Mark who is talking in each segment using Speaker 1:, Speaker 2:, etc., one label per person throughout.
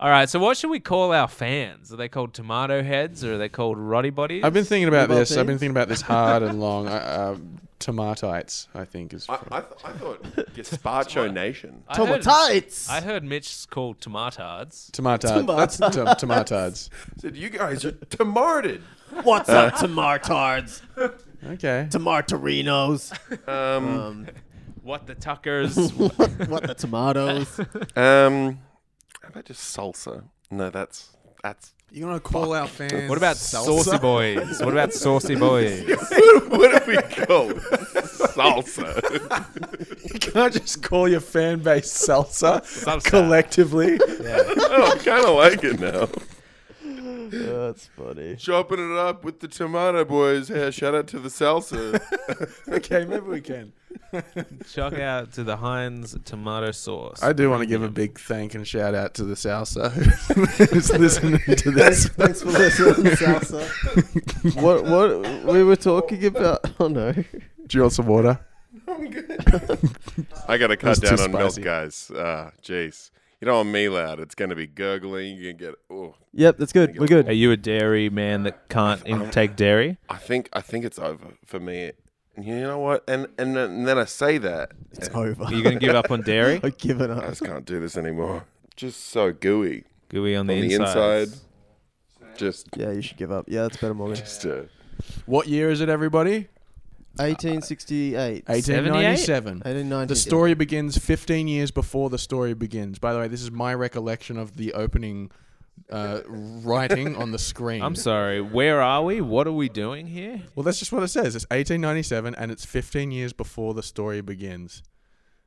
Speaker 1: All right, so what should we call our fans? Are they called tomato heads or are they called rotty bodies?
Speaker 2: I've been thinking about
Speaker 3: Football
Speaker 2: this. I've been
Speaker 3: teams.
Speaker 2: thinking about this hard and long. I, uh, tomatites, I think, is.
Speaker 4: I, I, th- I thought Gazpacho Nation.
Speaker 1: I heard-
Speaker 3: Tomatites.
Speaker 1: I heard Mitch's called tomatards.
Speaker 2: Tomatad. That's tom- tomatides.
Speaker 4: I said, you guys are tomarted.
Speaker 3: What's up, Tomartards?
Speaker 2: Okay.
Speaker 3: Tomartarinos?
Speaker 4: Um,
Speaker 3: Um,
Speaker 1: What the Tuckers?
Speaker 3: what the tomatoes?
Speaker 4: um, how about just salsa? No, that's that's.
Speaker 2: You want to call out fans?
Speaker 1: what about Saucy Boys? What about Saucy Boys?
Speaker 4: what do we call salsa?
Speaker 2: Can I just call your fan base salsa,
Speaker 1: Salsa.
Speaker 2: collectively?
Speaker 4: oh, I kind of like it now.
Speaker 3: That's funny.
Speaker 4: Chopping it up with the tomato boys. Hey, shout out to the salsa.
Speaker 2: okay, maybe we can.
Speaker 1: Chuck out to the Heinz tomato sauce.
Speaker 2: I do want to give a big thank and shout out to the salsa who's listening to this.
Speaker 3: Thanks for listening, Salsa. what what we were talking about? Oh no.
Speaker 2: Do you want some water?
Speaker 4: I gotta cut
Speaker 2: That's
Speaker 4: down
Speaker 2: too
Speaker 4: on milk,
Speaker 2: spicy.
Speaker 4: guys. Uh, Jace, you don't want me loud. It's gonna be gurgling. You can get. Oh,
Speaker 3: Yep, that's good. We're
Speaker 1: Are
Speaker 3: good.
Speaker 1: you a dairy man that can't intake dairy?
Speaker 4: I think I think it's over for me. And You know what? And and, then- and then I say that.
Speaker 3: It's over.
Speaker 1: Are you going to give up on dairy?
Speaker 3: I've given
Speaker 4: I
Speaker 3: up.
Speaker 4: just can't do this anymore. Just so gooey
Speaker 1: Gooey on the,
Speaker 4: on the
Speaker 1: insides.
Speaker 4: inside. Just
Speaker 3: Yeah, you should give up. Yeah, that's better, Morgan.
Speaker 4: just uh,
Speaker 2: What year is it, everybody?
Speaker 3: 1868.
Speaker 2: 1897.
Speaker 3: 1890.
Speaker 2: The story begins 15 years before the story begins. By the way, this is my recollection of the opening uh, writing on the screen.
Speaker 1: I'm sorry. Where are we? What are we doing here?
Speaker 2: Well, that's just what it says. It's 1897, and it's 15 years before the story begins.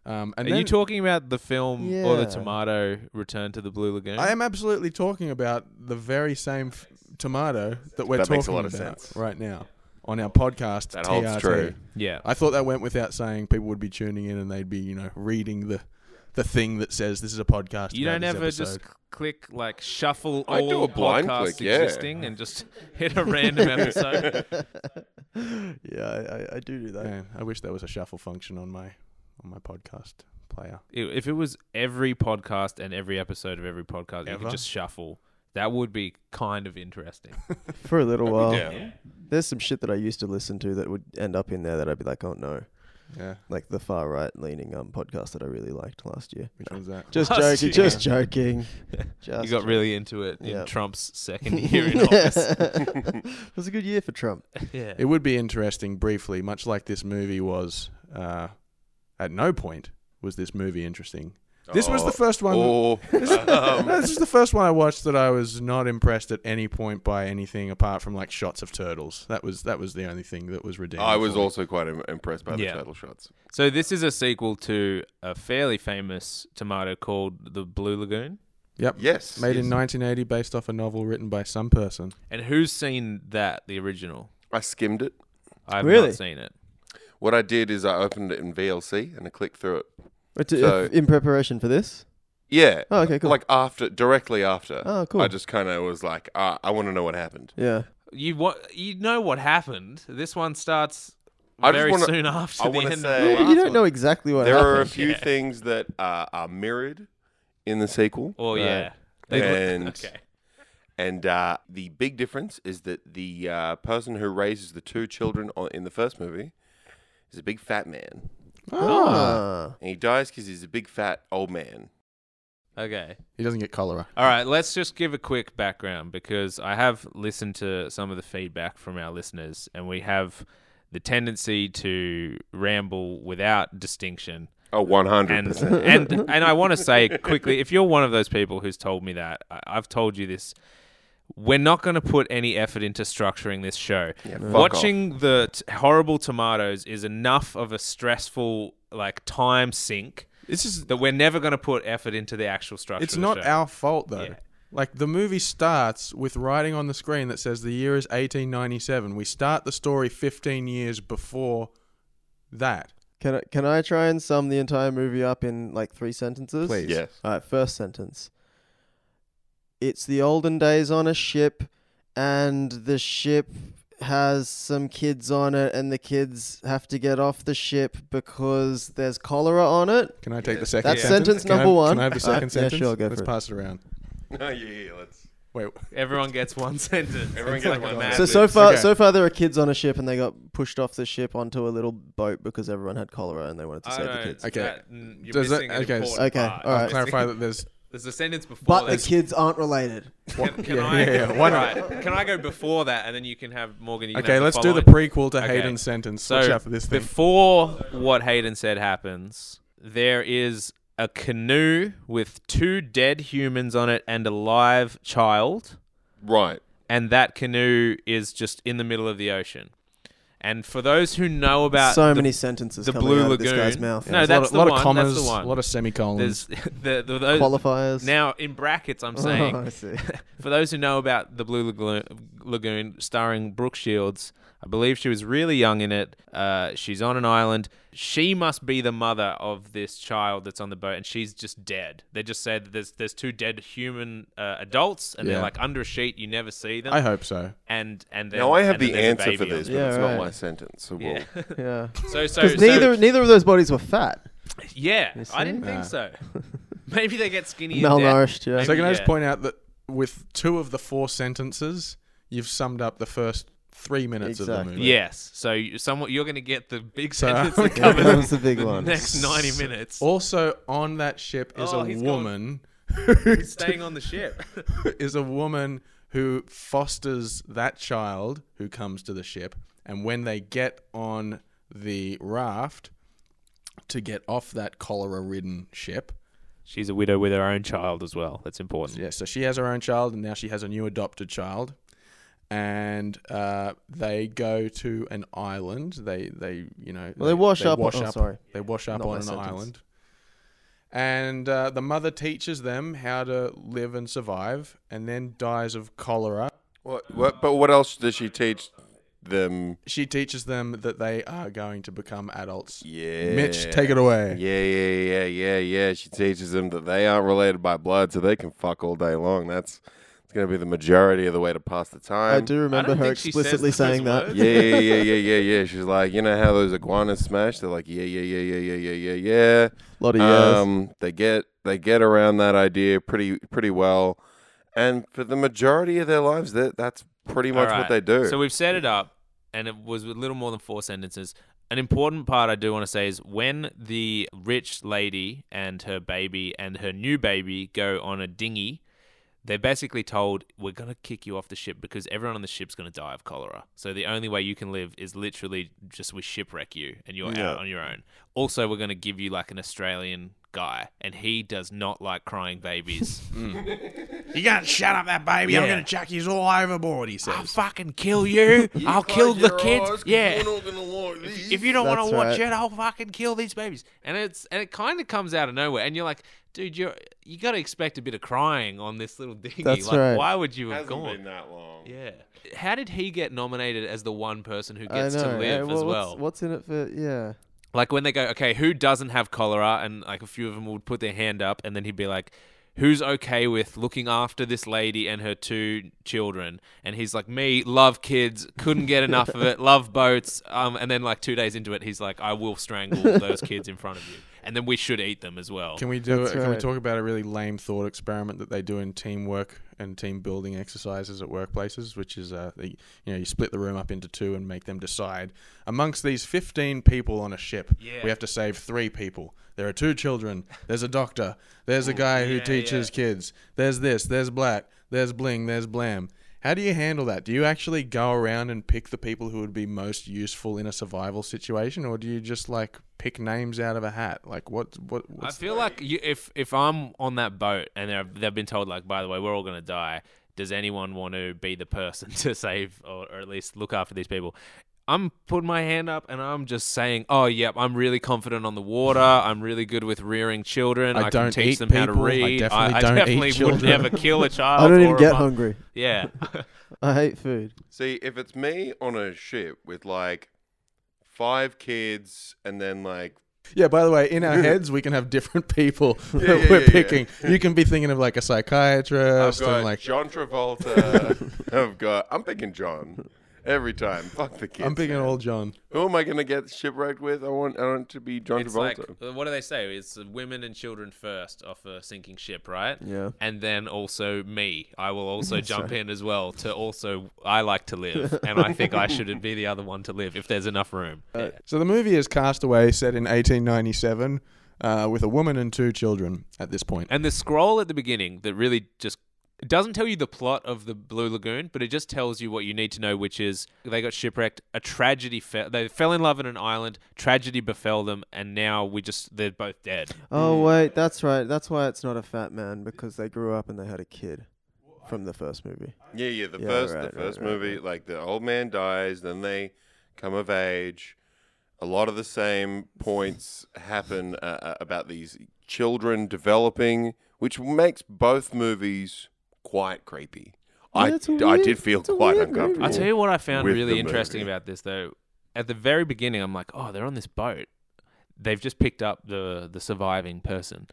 Speaker 2: Um, and
Speaker 1: Are
Speaker 2: then
Speaker 1: you talking about the film or the
Speaker 3: Yeah.
Speaker 1: tomato Return to the Blue Lagoon?
Speaker 2: I am absolutely talking about the very same f- tomato that we're
Speaker 4: That
Speaker 2: talking
Speaker 4: makes a lot of
Speaker 2: about
Speaker 4: sense.
Speaker 2: right now on our podcast.
Speaker 4: That holds
Speaker 2: TRT.
Speaker 4: true.
Speaker 1: Yeah.
Speaker 2: I thought that went without saying. People would be tuning in and they'd be, you know, reading the the thing that says this is a podcast.
Speaker 1: You don't
Speaker 2: about this
Speaker 1: ever
Speaker 2: episode.
Speaker 1: just c- click like shuffle
Speaker 4: I
Speaker 1: all
Speaker 4: do a blind
Speaker 1: podcasts
Speaker 4: click, yeah.
Speaker 1: existing and just hit a random episode.
Speaker 3: Yeah, I, I, I do do that.
Speaker 2: Man, I wish there was a shuffle function on my on my podcast player.
Speaker 1: I- if it was every podcast and every episode of every podcast, you
Speaker 2: Ever?
Speaker 1: could just shuffle. That would be kind of interesting.
Speaker 3: For a little while.
Speaker 4: yeah.
Speaker 3: There's some shit that I used to listen to that would end up in there that I'd be like, oh no.
Speaker 2: Yeah,
Speaker 3: Like the far right leaning um, podcast that I really liked last year.
Speaker 2: which one's that?
Speaker 3: Just
Speaker 1: Last
Speaker 3: joking.
Speaker 1: year.
Speaker 3: Just joking. Just
Speaker 1: you got really into it in
Speaker 3: Yeah.
Speaker 1: Trump's second year in office.
Speaker 3: it was a good year for Trump.
Speaker 1: yeah.
Speaker 2: It would be interesting, briefly, much like this movie was. Uh, at no point was this movie interesting. This was the first one.
Speaker 4: Oh, um,
Speaker 2: This is the first one I watched that I was not impressed at any point by anything apart from like shots of turtles. That was that was the only thing that was redeeming.
Speaker 4: I was
Speaker 2: for me.
Speaker 4: also quite im- impressed by the
Speaker 1: Yeah.
Speaker 4: turtle shots.
Speaker 1: So this is a sequel to a fairly famous tomato called the Blue Lagoon.
Speaker 2: yep.
Speaker 4: Yes,
Speaker 2: Made in
Speaker 4: yes.
Speaker 2: 1980, based off a novel written by some person.
Speaker 1: And who's seen that, the original?
Speaker 4: I skimmed it.
Speaker 1: I've
Speaker 3: Really?
Speaker 1: not seen it.
Speaker 4: What I did is I opened it in VLC and I clicked through it.
Speaker 3: But to-
Speaker 4: So-
Speaker 3: in preparation for this?
Speaker 4: Yeah.
Speaker 3: Oh, okay, cool.
Speaker 4: Like after, directly after.
Speaker 3: Oh, cool.
Speaker 4: Uh, I just kind of was like, ah, I want to know what happened.
Speaker 3: Yeah.
Speaker 1: You what? You know what happened. This one starts
Speaker 4: I just
Speaker 1: very
Speaker 4: wanna-
Speaker 1: soon after
Speaker 4: I
Speaker 1: the
Speaker 4: wanna
Speaker 1: end.
Speaker 4: say-
Speaker 1: of the
Speaker 4: Well,
Speaker 3: you
Speaker 1: last
Speaker 3: don't
Speaker 1: one.
Speaker 3: know exactly what
Speaker 4: there are a
Speaker 3: happened.
Speaker 4: few things that uh, are mirrored in the sequel.
Speaker 1: Oh yeah. They look-
Speaker 4: And
Speaker 1: okay.
Speaker 4: and uh, the big difference is that the uh, person who raises the two children on, in the first movie is a big fat man,
Speaker 3: Ah.
Speaker 4: and he dies because he's a big fat old man.
Speaker 1: Okay.
Speaker 2: He doesn't get cholera.
Speaker 1: All right. Let's just give a quick background because I have listened to some of the feedback from our listeners, and we have the tendency to ramble without distinction.
Speaker 4: Oh, one hundred
Speaker 1: and
Speaker 4: percent.
Speaker 1: and and I want to say quickly, if you're one of those people who's told me that, I, I've told you this. We're not going to put any effort into structuring this show.
Speaker 4: Yeah, fuck
Speaker 1: Watching the t- horrible tomatoes is enough of a stressful like time sink
Speaker 2: This is
Speaker 1: that we're never going to put effort into the actual structure.
Speaker 2: It's
Speaker 1: of
Speaker 2: not
Speaker 1: the show.
Speaker 2: our fault though.
Speaker 1: Yeah.
Speaker 2: Like the movie starts with writing on the screen that says the year is 1897. We start the story 15 years before that.
Speaker 3: Can I, can I try and sum the entire movie up in like three sentences?
Speaker 2: Please.
Speaker 4: Yes.
Speaker 3: All right, first sentence. It's the olden days on a ship, and the ship has some kids on it, and the kids have to get off the ship because there's cholera on it.
Speaker 2: Can I take the second
Speaker 3: That's
Speaker 2: sentence?
Speaker 3: sentence
Speaker 2: Can I-
Speaker 3: number one.
Speaker 2: Can I have the
Speaker 3: Uh,
Speaker 2: second
Speaker 3: yeah,
Speaker 2: sentence?
Speaker 3: sure, go
Speaker 2: Let's
Speaker 3: for it.
Speaker 2: pass it around.
Speaker 4: Oh, yeah, yeah, let's.
Speaker 2: Wait,
Speaker 1: Everyone gets one sentence.
Speaker 4: Everyone
Speaker 1: It's
Speaker 4: gets
Speaker 1: like
Speaker 4: one
Speaker 1: a
Speaker 4: sentence.
Speaker 3: So
Speaker 1: madness.
Speaker 3: so far
Speaker 2: Okay.
Speaker 3: so far there are kids on a ship and they got pushed off the ship onto a little boat because everyone had cholera and they wanted to
Speaker 1: I
Speaker 3: save the
Speaker 1: don't-
Speaker 3: kids.
Speaker 2: Okay.
Speaker 1: that- mm, you're
Speaker 2: Does that-
Speaker 1: missing an
Speaker 2: okay,
Speaker 1: important
Speaker 3: okay,
Speaker 1: part.
Speaker 3: all right.
Speaker 2: I'll clarify that there's.
Speaker 1: There's a sentence before
Speaker 3: But the
Speaker 1: that.
Speaker 3: kids aren't related.
Speaker 1: Can, can
Speaker 2: yeah,
Speaker 1: I?
Speaker 2: yeah, yeah, why not?
Speaker 1: Right. Can I go before that, and then you can have Morgan? You can
Speaker 2: Okay,
Speaker 1: have
Speaker 2: let's do the
Speaker 1: following.
Speaker 2: prequel to
Speaker 1: Okay.
Speaker 2: Hayden's sentence.
Speaker 1: So
Speaker 2: Watch out for this thing.
Speaker 1: before what Hayden said happens, there is a canoe with two dead humans on it and a live child,
Speaker 4: Right.
Speaker 1: and that canoe is just in the middle of the ocean. And for those who know about
Speaker 3: so
Speaker 1: the-
Speaker 3: many sentences
Speaker 1: the
Speaker 3: coming
Speaker 1: Blue
Speaker 3: out of this
Speaker 1: Lagoon.
Speaker 3: guy's mouth.
Speaker 1: No,
Speaker 2: There's
Speaker 1: that's
Speaker 2: a lot of,
Speaker 1: the
Speaker 2: lot of
Speaker 1: one, that's
Speaker 2: commas,
Speaker 1: the one.
Speaker 2: a lot of
Speaker 1: there's
Speaker 2: semicolons.
Speaker 1: the, the those,
Speaker 3: Qualifiers. Oh.
Speaker 1: now in brackets I'm saying
Speaker 3: I see.
Speaker 1: For those who know about The Blue Lagoon, Lagoon starring Brooke Shields, I believe she was really young in it. Uh, she's on an island. She must be the mother of this child that's on the boat, and she's just dead. They just said that there's there's two dead human uh, adults, and
Speaker 2: Yeah.
Speaker 1: they're like under a sheet. You never see them.
Speaker 2: I hope so.
Speaker 1: and and then,
Speaker 4: Now, I
Speaker 1: and
Speaker 4: have
Speaker 1: then
Speaker 4: the
Speaker 1: there's a
Speaker 4: answer for
Speaker 1: baby on
Speaker 4: this,
Speaker 1: them.
Speaker 4: but it's
Speaker 3: Yeah,
Speaker 4: not my
Speaker 3: right.
Speaker 4: sentence. So we'll.
Speaker 1: Yeah.
Speaker 3: yeah.
Speaker 1: so so, so
Speaker 3: Because neither neither of those bodies were fat.
Speaker 1: yeah.
Speaker 3: You see?
Speaker 1: I didn't think
Speaker 2: Nah.
Speaker 1: so. Maybe they get skinny. in death.
Speaker 3: Malnourished, yeah.
Speaker 1: Maybe-
Speaker 2: So can I just
Speaker 1: yeah.
Speaker 2: point out that with two of the four sentences, you've summed up the first three minutes of the
Speaker 3: Exactly.
Speaker 2: movie.
Speaker 1: Yes. So you, someone you're going to get the big
Speaker 2: So-
Speaker 1: sentence that
Speaker 3: Yeah, that was
Speaker 1: covers
Speaker 3: the big
Speaker 1: the
Speaker 3: one.
Speaker 1: next 90 minutes.
Speaker 2: Also on that ship is
Speaker 1: Oh,
Speaker 2: a
Speaker 1: he's
Speaker 2: woman
Speaker 1: staying on the ship.
Speaker 2: is a woman who fosters that child who comes to the ship, and when they get on the raft to get off that cholera-ridden ship,
Speaker 1: She's a widow with her own child as well. That's important.
Speaker 2: yeah. So she has her own child, and now she has a new adopted child, and uh, they go to an island. They they you know
Speaker 3: Well, they wash up-
Speaker 2: Wash
Speaker 3: oh,
Speaker 2: up.
Speaker 3: sorry.
Speaker 2: They wash up
Speaker 3: Not my
Speaker 2: on an
Speaker 3: sentence.
Speaker 2: island, and uh, the mother teaches them how to live and survive, and then dies of cholera.
Speaker 4: What, what, but what else does she teach them?
Speaker 2: She teaches them that they are going to become adults.
Speaker 4: Yeah.
Speaker 2: Mitch, take it away.
Speaker 4: Yeah, yeah, yeah, yeah, yeah. She teaches them that they aren't related by blood, so they can fuck all day long. That's it's gonna be the majority of the way to pass the time.
Speaker 3: I do remember
Speaker 1: don't
Speaker 3: her
Speaker 1: think she says
Speaker 3: explicitly
Speaker 1: those
Speaker 3: saying that.
Speaker 1: words.
Speaker 4: Yeah, yeah, yeah, yeah, yeah, yeah. She's like, you know how those iguanas smash? They're like, yeah, yeah, yeah, yeah, yeah, yeah, yeah, yeah.
Speaker 3: lot of years.
Speaker 4: Um, they get they get around that idea pretty pretty well, and for the majority of their lives, that that's pretty much what they do.
Speaker 1: So we've set it up, and it was with little more than four sentences. An important part I do want to say is when the rich lady and her baby and her new baby go on a dinghy, they're basically told, We're going to kick you off the ship because everyone on the ship's going to die of cholera. So the only way you can live is literally just we shipwreck you and you're out on your own. Also, we're going to give you like an Australian guy, and he does not like crying babies.
Speaker 2: You gotta shut up, that baby!
Speaker 1: I'm gonna
Speaker 2: chuck you all overboard. He
Speaker 1: I'll fucking kill you. I'll kill the kids. yeah. If you don't want
Speaker 3: That's
Speaker 1: to watch
Speaker 3: right.
Speaker 1: it, I'll fucking kill these babies. And it's and it kind of comes out of nowhere. And you're like, dude, you're you got to expect a bit of crying on this little dinghy.
Speaker 3: That's
Speaker 1: like,
Speaker 3: right.
Speaker 1: Why would you have
Speaker 4: Hasn't
Speaker 1: gone?
Speaker 4: been that long.
Speaker 1: Yeah. How did he get nominated as the one person who
Speaker 3: I
Speaker 1: gets to
Speaker 3: know,
Speaker 1: live
Speaker 3: yeah,
Speaker 1: as
Speaker 3: well,
Speaker 1: well?
Speaker 3: What's, what's in it for? Yeah.
Speaker 1: Like when they go, okay, who doesn't have cholera? And like a few of them would put their hand up, and then he'd be like, who's okay with looking after this lady and her two children? And he's like, me, love kids, couldn't get enough of it, love boats. Um, and then like two days into it, he's like, I will strangle those kids in front of you, and then we should eat them as well.
Speaker 2: Can we do?
Speaker 3: That's
Speaker 2: Can we
Speaker 3: right.
Speaker 2: talk about a really lame thought experiment that they do in teamwork and team building exercises at workplaces? Which is, uh, the, you know, you split the room up into two and make them decide amongst these fifteen people on a ship.
Speaker 1: Yeah.
Speaker 2: We have to save three people. There are two children. There's a doctor. There's a guy who
Speaker 1: yeah,
Speaker 2: teaches kids. There's this. There's black. There's bling. There's blam. How do you handle that? Do you actually go around and pick the people who would be most useful in a survival situation, or do you just like pick names out of a hat? Like what? What?
Speaker 1: I
Speaker 2: What's
Speaker 1: feel like you, if if I'm on that boat and they've they've been told like, by the way, we're all gonna die. Does anyone want to be the person to save or, or at least look after these people? I'm putting my hand up and I'm just saying, oh yep, I'm really confident on the water. I'm really good with rearing children.
Speaker 2: I
Speaker 1: I, can
Speaker 2: don't
Speaker 1: teach
Speaker 2: eat
Speaker 1: them how to
Speaker 2: people. I
Speaker 1: read.
Speaker 2: definitely
Speaker 1: I,
Speaker 2: don't eat
Speaker 1: definitely would
Speaker 2: children."
Speaker 1: never kill a child.
Speaker 3: I
Speaker 1: or
Speaker 3: don't even
Speaker 1: Oh, a
Speaker 3: get
Speaker 1: mu-
Speaker 3: hungry.
Speaker 1: Yeah,
Speaker 3: I hate food.
Speaker 4: See, if it's me on a ship with like five kids and then like
Speaker 2: Yeah, by the way, in our heads, we can have different people that
Speaker 4: Yeah, yeah,
Speaker 2: we're
Speaker 4: yeah, yeah.
Speaker 2: picking. You can be thinking of like a
Speaker 4: I've
Speaker 2: psychiatrist
Speaker 4: got
Speaker 2: and like.
Speaker 4: John Travolta, I've got I'm picking John, Every time. Fuck the kids.
Speaker 2: I'm picking
Speaker 4: man.
Speaker 2: old John.
Speaker 4: Who am I gonna get shipwrecked with? I want I want to be John
Speaker 1: It's like,
Speaker 4: Travolta.
Speaker 1: uh, what do they say? It's women and children first off a sinking ship, right?
Speaker 3: Yeah.
Speaker 1: And then also me. I will also jump in as well to also, I like to live. And I think I should be the other one to live if there's enough room.
Speaker 2: So the movie is Castaway, set in 1897, uh, with a woman and two children at this point.
Speaker 1: And the scroll at the beginning that really just it doesn't tell you the plot of the Blue Lagoon, but it just tells you what you need to know, which is they got shipwrecked, a tragedy fell, they fell in love in an island, tragedy befell them, and now we just they're both dead.
Speaker 3: Oh wait, that's right. That's why it's not a fat man because they grew up and they had a kid from the first movie.
Speaker 4: Yeah, yeah. The
Speaker 3: Yeah,
Speaker 4: first,
Speaker 3: right, right,
Speaker 4: the first
Speaker 3: right,
Speaker 4: movie,
Speaker 3: right.
Speaker 4: like the old man dies, then they come of age. A lot of the same points happen uh, uh, about these children developing, which makes both movies quite creepy. I,
Speaker 3: Yeah, it's a
Speaker 4: I
Speaker 3: weird-
Speaker 4: did feel
Speaker 3: it's a
Speaker 4: quite
Speaker 3: weird movie.
Speaker 4: uncomfortable.
Speaker 1: I'll tell you what I found
Speaker 4: With
Speaker 1: really
Speaker 4: the
Speaker 1: interesting
Speaker 4: movie.
Speaker 1: about this though. At the very beginning, I'm like, oh, they're on this boat. They've just picked up the the surviving person.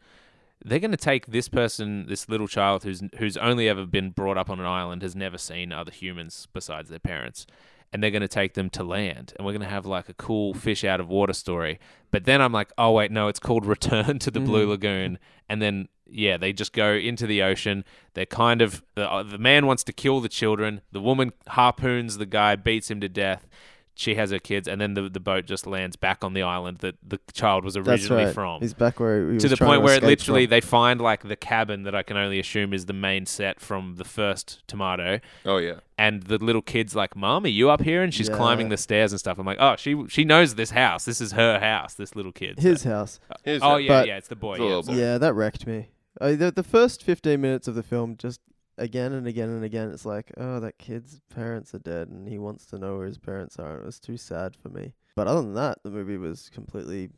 Speaker 1: They're going to take this person, this little child who's who's only ever been brought up on an island, has never seen other humans besides their parents, and they're going to take them to land, and we're going to have like a cool fish out of water story. But then I'm like, oh wait, no, it's called Return to the Blue Lagoon, and then yeah, they just go into the ocean. They're kind of the uh, the man wants to kill the children. The woman harpoons the guy, beats him to death. She has her kids, and then the, the boat just lands back on the island that the child was
Speaker 3: That's
Speaker 1: originally
Speaker 3: right.
Speaker 1: from.
Speaker 3: He's back where he was
Speaker 1: to the
Speaker 3: trying
Speaker 1: point where it
Speaker 3: escape
Speaker 1: literally
Speaker 3: from.
Speaker 1: they find like the cabin that I can only assume is the main set from the first tomato,
Speaker 4: Oh yeah.
Speaker 1: and the little kid's like, "Mom, are you up here?" And she's
Speaker 3: Yeah.
Speaker 1: climbing the stairs and stuff. I'm like, "Oh, she she knows this house. This is her house. This little kid."
Speaker 3: his house.
Speaker 4: Here's
Speaker 1: oh
Speaker 4: that.
Speaker 1: yeah,
Speaker 3: But-
Speaker 1: yeah, it's the boy.
Speaker 4: It's a
Speaker 1: yeah.
Speaker 4: little boy.
Speaker 3: Yeah, that wrecked me. I, the, the first 15 minutes of the film, just again and again and again, it's like, oh, that kid's parents are dead and he wants to know where his parents are. And it was too sad for me. But other than that, the movie was completely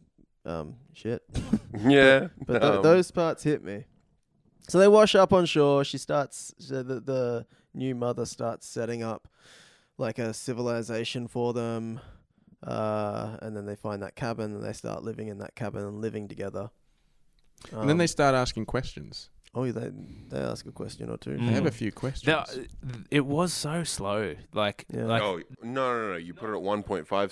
Speaker 3: um, shit.
Speaker 4: Yeah.
Speaker 3: But tho-
Speaker 4: Um,
Speaker 3: those parts hit me. So they wash up on shore. She starts, so the, the new mother starts setting up like a civilization for them. Uh, and then they find that cabin and they start living in that cabin and living together.
Speaker 2: and then
Speaker 3: Um,
Speaker 2: they start asking questions.
Speaker 3: Oh, yeah, they they ask a question or two.
Speaker 1: Mm.
Speaker 2: They have a
Speaker 1: Mm.
Speaker 4: hmm.
Speaker 2: few questions.
Speaker 1: The- th- it was so slow. Like,
Speaker 3: Yeah.
Speaker 1: like
Speaker 4: oh no, no, no! You put it at 1.5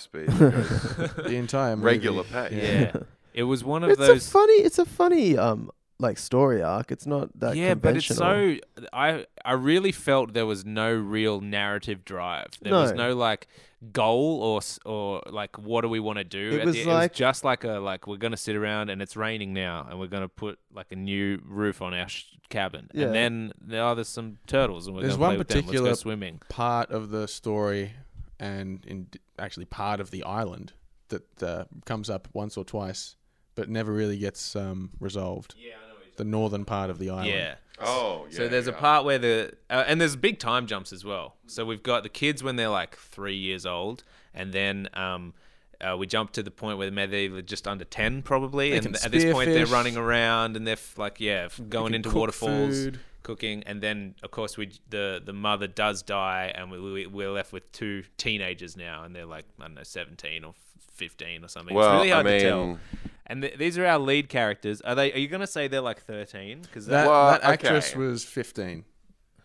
Speaker 4: speed. It goes
Speaker 2: the entire movie.
Speaker 4: regular pace.
Speaker 1: yeah. it was one of
Speaker 3: It's
Speaker 1: those.
Speaker 3: a funny. It's a funny um like story arc. It's not that
Speaker 1: yeah, but it's
Speaker 3: conventional.
Speaker 1: so. I I really felt there was no real narrative drive. There was
Speaker 3: No.
Speaker 1: no like goal or s- or like what do we want to do?
Speaker 3: It
Speaker 1: at
Speaker 3: was
Speaker 1: the-
Speaker 3: like-
Speaker 1: just like a like we're gonna sit around and it's raining now and we're gonna put like a new roof on our sh- cabin
Speaker 3: Yeah.
Speaker 1: and then there are there's some turtles and we're
Speaker 2: There's
Speaker 1: gonna play
Speaker 2: one
Speaker 1: with them.
Speaker 2: particular-
Speaker 1: Let's go swimming.
Speaker 2: part of the story and in actually part of the island that uh, comes up once or twice but never really gets um, resolved. Yeah, I know the northern part of the island.
Speaker 1: Yeah.
Speaker 4: Oh yeah.
Speaker 1: So there's a
Speaker 4: yeah.
Speaker 1: part where the uh, and there's big time jumps as well. So we've got the kids when they're like three years old, and then um, uh, we jump to the point where maybe they're just under ten probably,
Speaker 2: They
Speaker 1: and
Speaker 2: can
Speaker 1: th- at this point
Speaker 2: spearfish.
Speaker 1: they're running around and they're f- like yeah f- going
Speaker 2: can
Speaker 1: into
Speaker 2: cook
Speaker 1: waterfalls,
Speaker 2: food.
Speaker 1: cooking, and then of course we the the mother does die, and we, we we're left with two teenagers now, and they're like I don't know seventeen or f- fifteen or something.
Speaker 4: Well,
Speaker 1: it's really
Speaker 4: I
Speaker 1: hard to tell.
Speaker 4: mean-
Speaker 1: And th- these are our lead characters. Are they? Are you gonna say they're like thirteen? Because
Speaker 2: That,
Speaker 4: Well,
Speaker 2: that actress
Speaker 4: okay.
Speaker 2: was 15.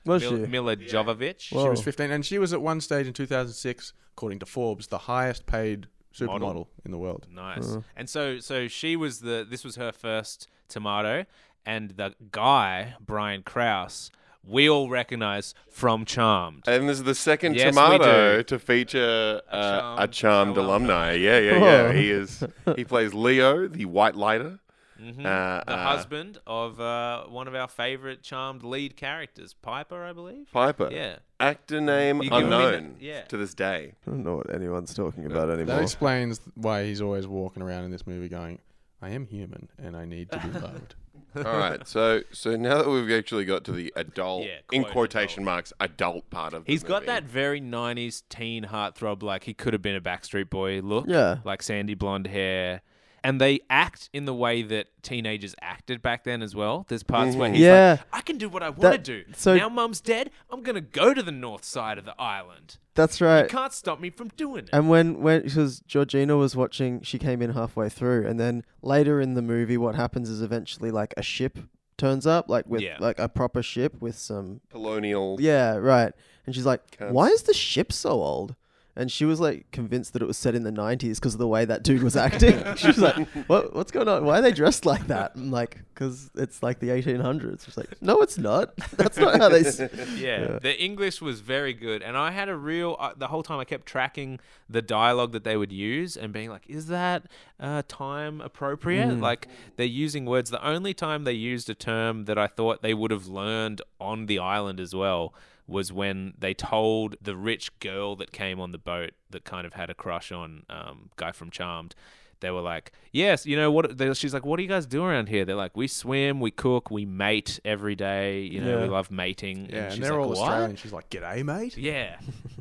Speaker 3: Was
Speaker 1: Mil-
Speaker 3: she?
Speaker 1: Mila Jovovich.
Speaker 2: She
Speaker 3: Whoa.
Speaker 2: was 15 and she was at one stage in 2006 according to Forbes the highest paid supermodel
Speaker 1: Model.
Speaker 2: in the world.
Speaker 1: Nice. And so, so she was the. This was her first tomato, and the guy Brian Krause, we all recognize from Charmed.
Speaker 4: And this is the second
Speaker 1: Yes, we
Speaker 4: tomato
Speaker 1: do.
Speaker 4: to feature uh, a
Speaker 1: charmed
Speaker 4: charmed alumni.
Speaker 1: alumni.
Speaker 4: Yeah, yeah, yeah.
Speaker 3: Whoa.
Speaker 4: He is. He plays Leo, the white lighter.
Speaker 1: Mhm.
Speaker 4: Uh,
Speaker 1: the
Speaker 4: uh,
Speaker 1: husband of uh, one of our favorite Charmed lead characters, Piper, I believe.
Speaker 4: Piper.
Speaker 1: Yeah.
Speaker 4: Actor name
Speaker 1: You give me
Speaker 4: unknown
Speaker 1: the- yeah.
Speaker 4: to this day.
Speaker 3: I don't know what anyone's talking about
Speaker 2: That
Speaker 3: anymore.
Speaker 2: explains why he's always walking around in this movie going I am human and I need to be loved.
Speaker 4: All right. So so now that we've actually got to the adult,
Speaker 1: Yeah,
Speaker 4: in
Speaker 1: quote
Speaker 4: quotation marks, adult part of
Speaker 1: He's
Speaker 4: the
Speaker 1: got
Speaker 4: movie.
Speaker 1: that very '90s teen heartthrob, like he could have been a Backstreet Boy look.
Speaker 3: Yeah.
Speaker 1: like sandy blonde hair. And they act in the way that teenagers acted back then as well. There's parts where he's
Speaker 3: Yeah.
Speaker 1: like, "I can do what I want to
Speaker 3: That-
Speaker 1: do.
Speaker 3: so-
Speaker 1: now mum's dead. I'm gonna go to the north side of the island.
Speaker 3: That's right.
Speaker 1: Can't stop me from doing it."
Speaker 3: And when when because Georgina was watching, she came in halfway through, and then later in the movie, what happens is eventually like a ship turns up, like with
Speaker 1: Yeah.
Speaker 3: like a proper ship with some
Speaker 4: colonial.
Speaker 3: yeah right, and she's like,
Speaker 4: Cats.
Speaker 3: why is the ship so old? And she was like convinced that it was set in the 90s because of the way that dude was acting. she was like, what, What's going on? Why are they dressed like that? I'm like, Because it's like the 1800s. It's like, No, it's not. That's not how they. S-
Speaker 1: yeah, the English was very good, and I had a real uh, the whole time I kept tracking the dialogue that they would use and being like, "Is that uh, time appropriate?" Like they're using words. The only time they used a term that I thought they would have learned on the island as well was when they told the rich girl that came on the boat that kind of had a crush on um, guy from Charmed. They were like, yes, you know what? They, she's like, what do you guys do around here? They're like, we swim, we cook, we mate every day. You know,
Speaker 3: Yeah.
Speaker 1: we love mating.
Speaker 2: Yeah, and,
Speaker 1: she's
Speaker 2: they're
Speaker 1: like,
Speaker 2: all
Speaker 1: "What?"
Speaker 2: Australian. She's like, "G'day, mate.
Speaker 1: Yeah,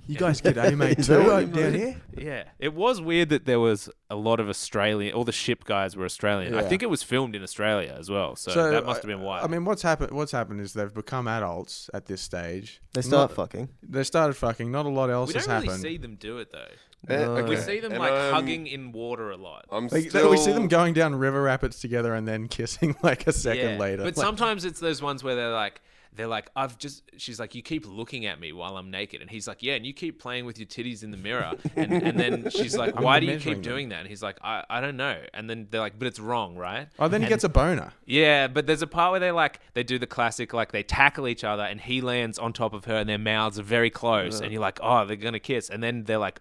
Speaker 2: You guys, g'day, mate.
Speaker 3: Is
Speaker 2: too
Speaker 3: that what
Speaker 2: out
Speaker 3: you
Speaker 2: down
Speaker 3: mean?
Speaker 2: here."
Speaker 1: yeah. It was weird that there was a lot of Australian. All the ship guys were Australian. I
Speaker 2: Yeah.
Speaker 1: think it was filmed in Australia as well, so, that must have
Speaker 2: I-
Speaker 1: been why.
Speaker 2: I mean, what's happened? What's happened is they've become adults at this stage.
Speaker 3: they
Speaker 2: Not-
Speaker 3: start fucking.
Speaker 2: They started fucking. Not a lot else
Speaker 1: we
Speaker 2: has
Speaker 1: don't really
Speaker 2: happened.
Speaker 1: see them do it though.
Speaker 4: Eh,
Speaker 3: No.
Speaker 1: We um,
Speaker 4: okay.
Speaker 1: see them
Speaker 4: And
Speaker 1: like
Speaker 4: I'm-
Speaker 1: hugging in water a lot.
Speaker 4: I'm
Speaker 2: Like,
Speaker 4: still.
Speaker 2: We see them going down river rapids together and then kissing like a second
Speaker 1: Yeah,
Speaker 2: later.
Speaker 1: But
Speaker 2: Like,
Speaker 1: sometimes it's those ones where they're like, they're like, I've just. She's like, you keep looking at me while I'm naked, and he's like, yeah, and you keep playing with your titties in the mirror, and, and then she's like,
Speaker 2: I'm
Speaker 1: why do you keep
Speaker 2: measuring them.
Speaker 1: doing that? And he's like, I, I don't know. And then they're like, but it's wrong, right?
Speaker 2: oh, then he gets a boner.
Speaker 1: Yeah, but there's a part where they like they do the classic like they tackle each other and he lands on top of her and their mouths are very close and you're like, oh, they're gonna kiss and then they're like,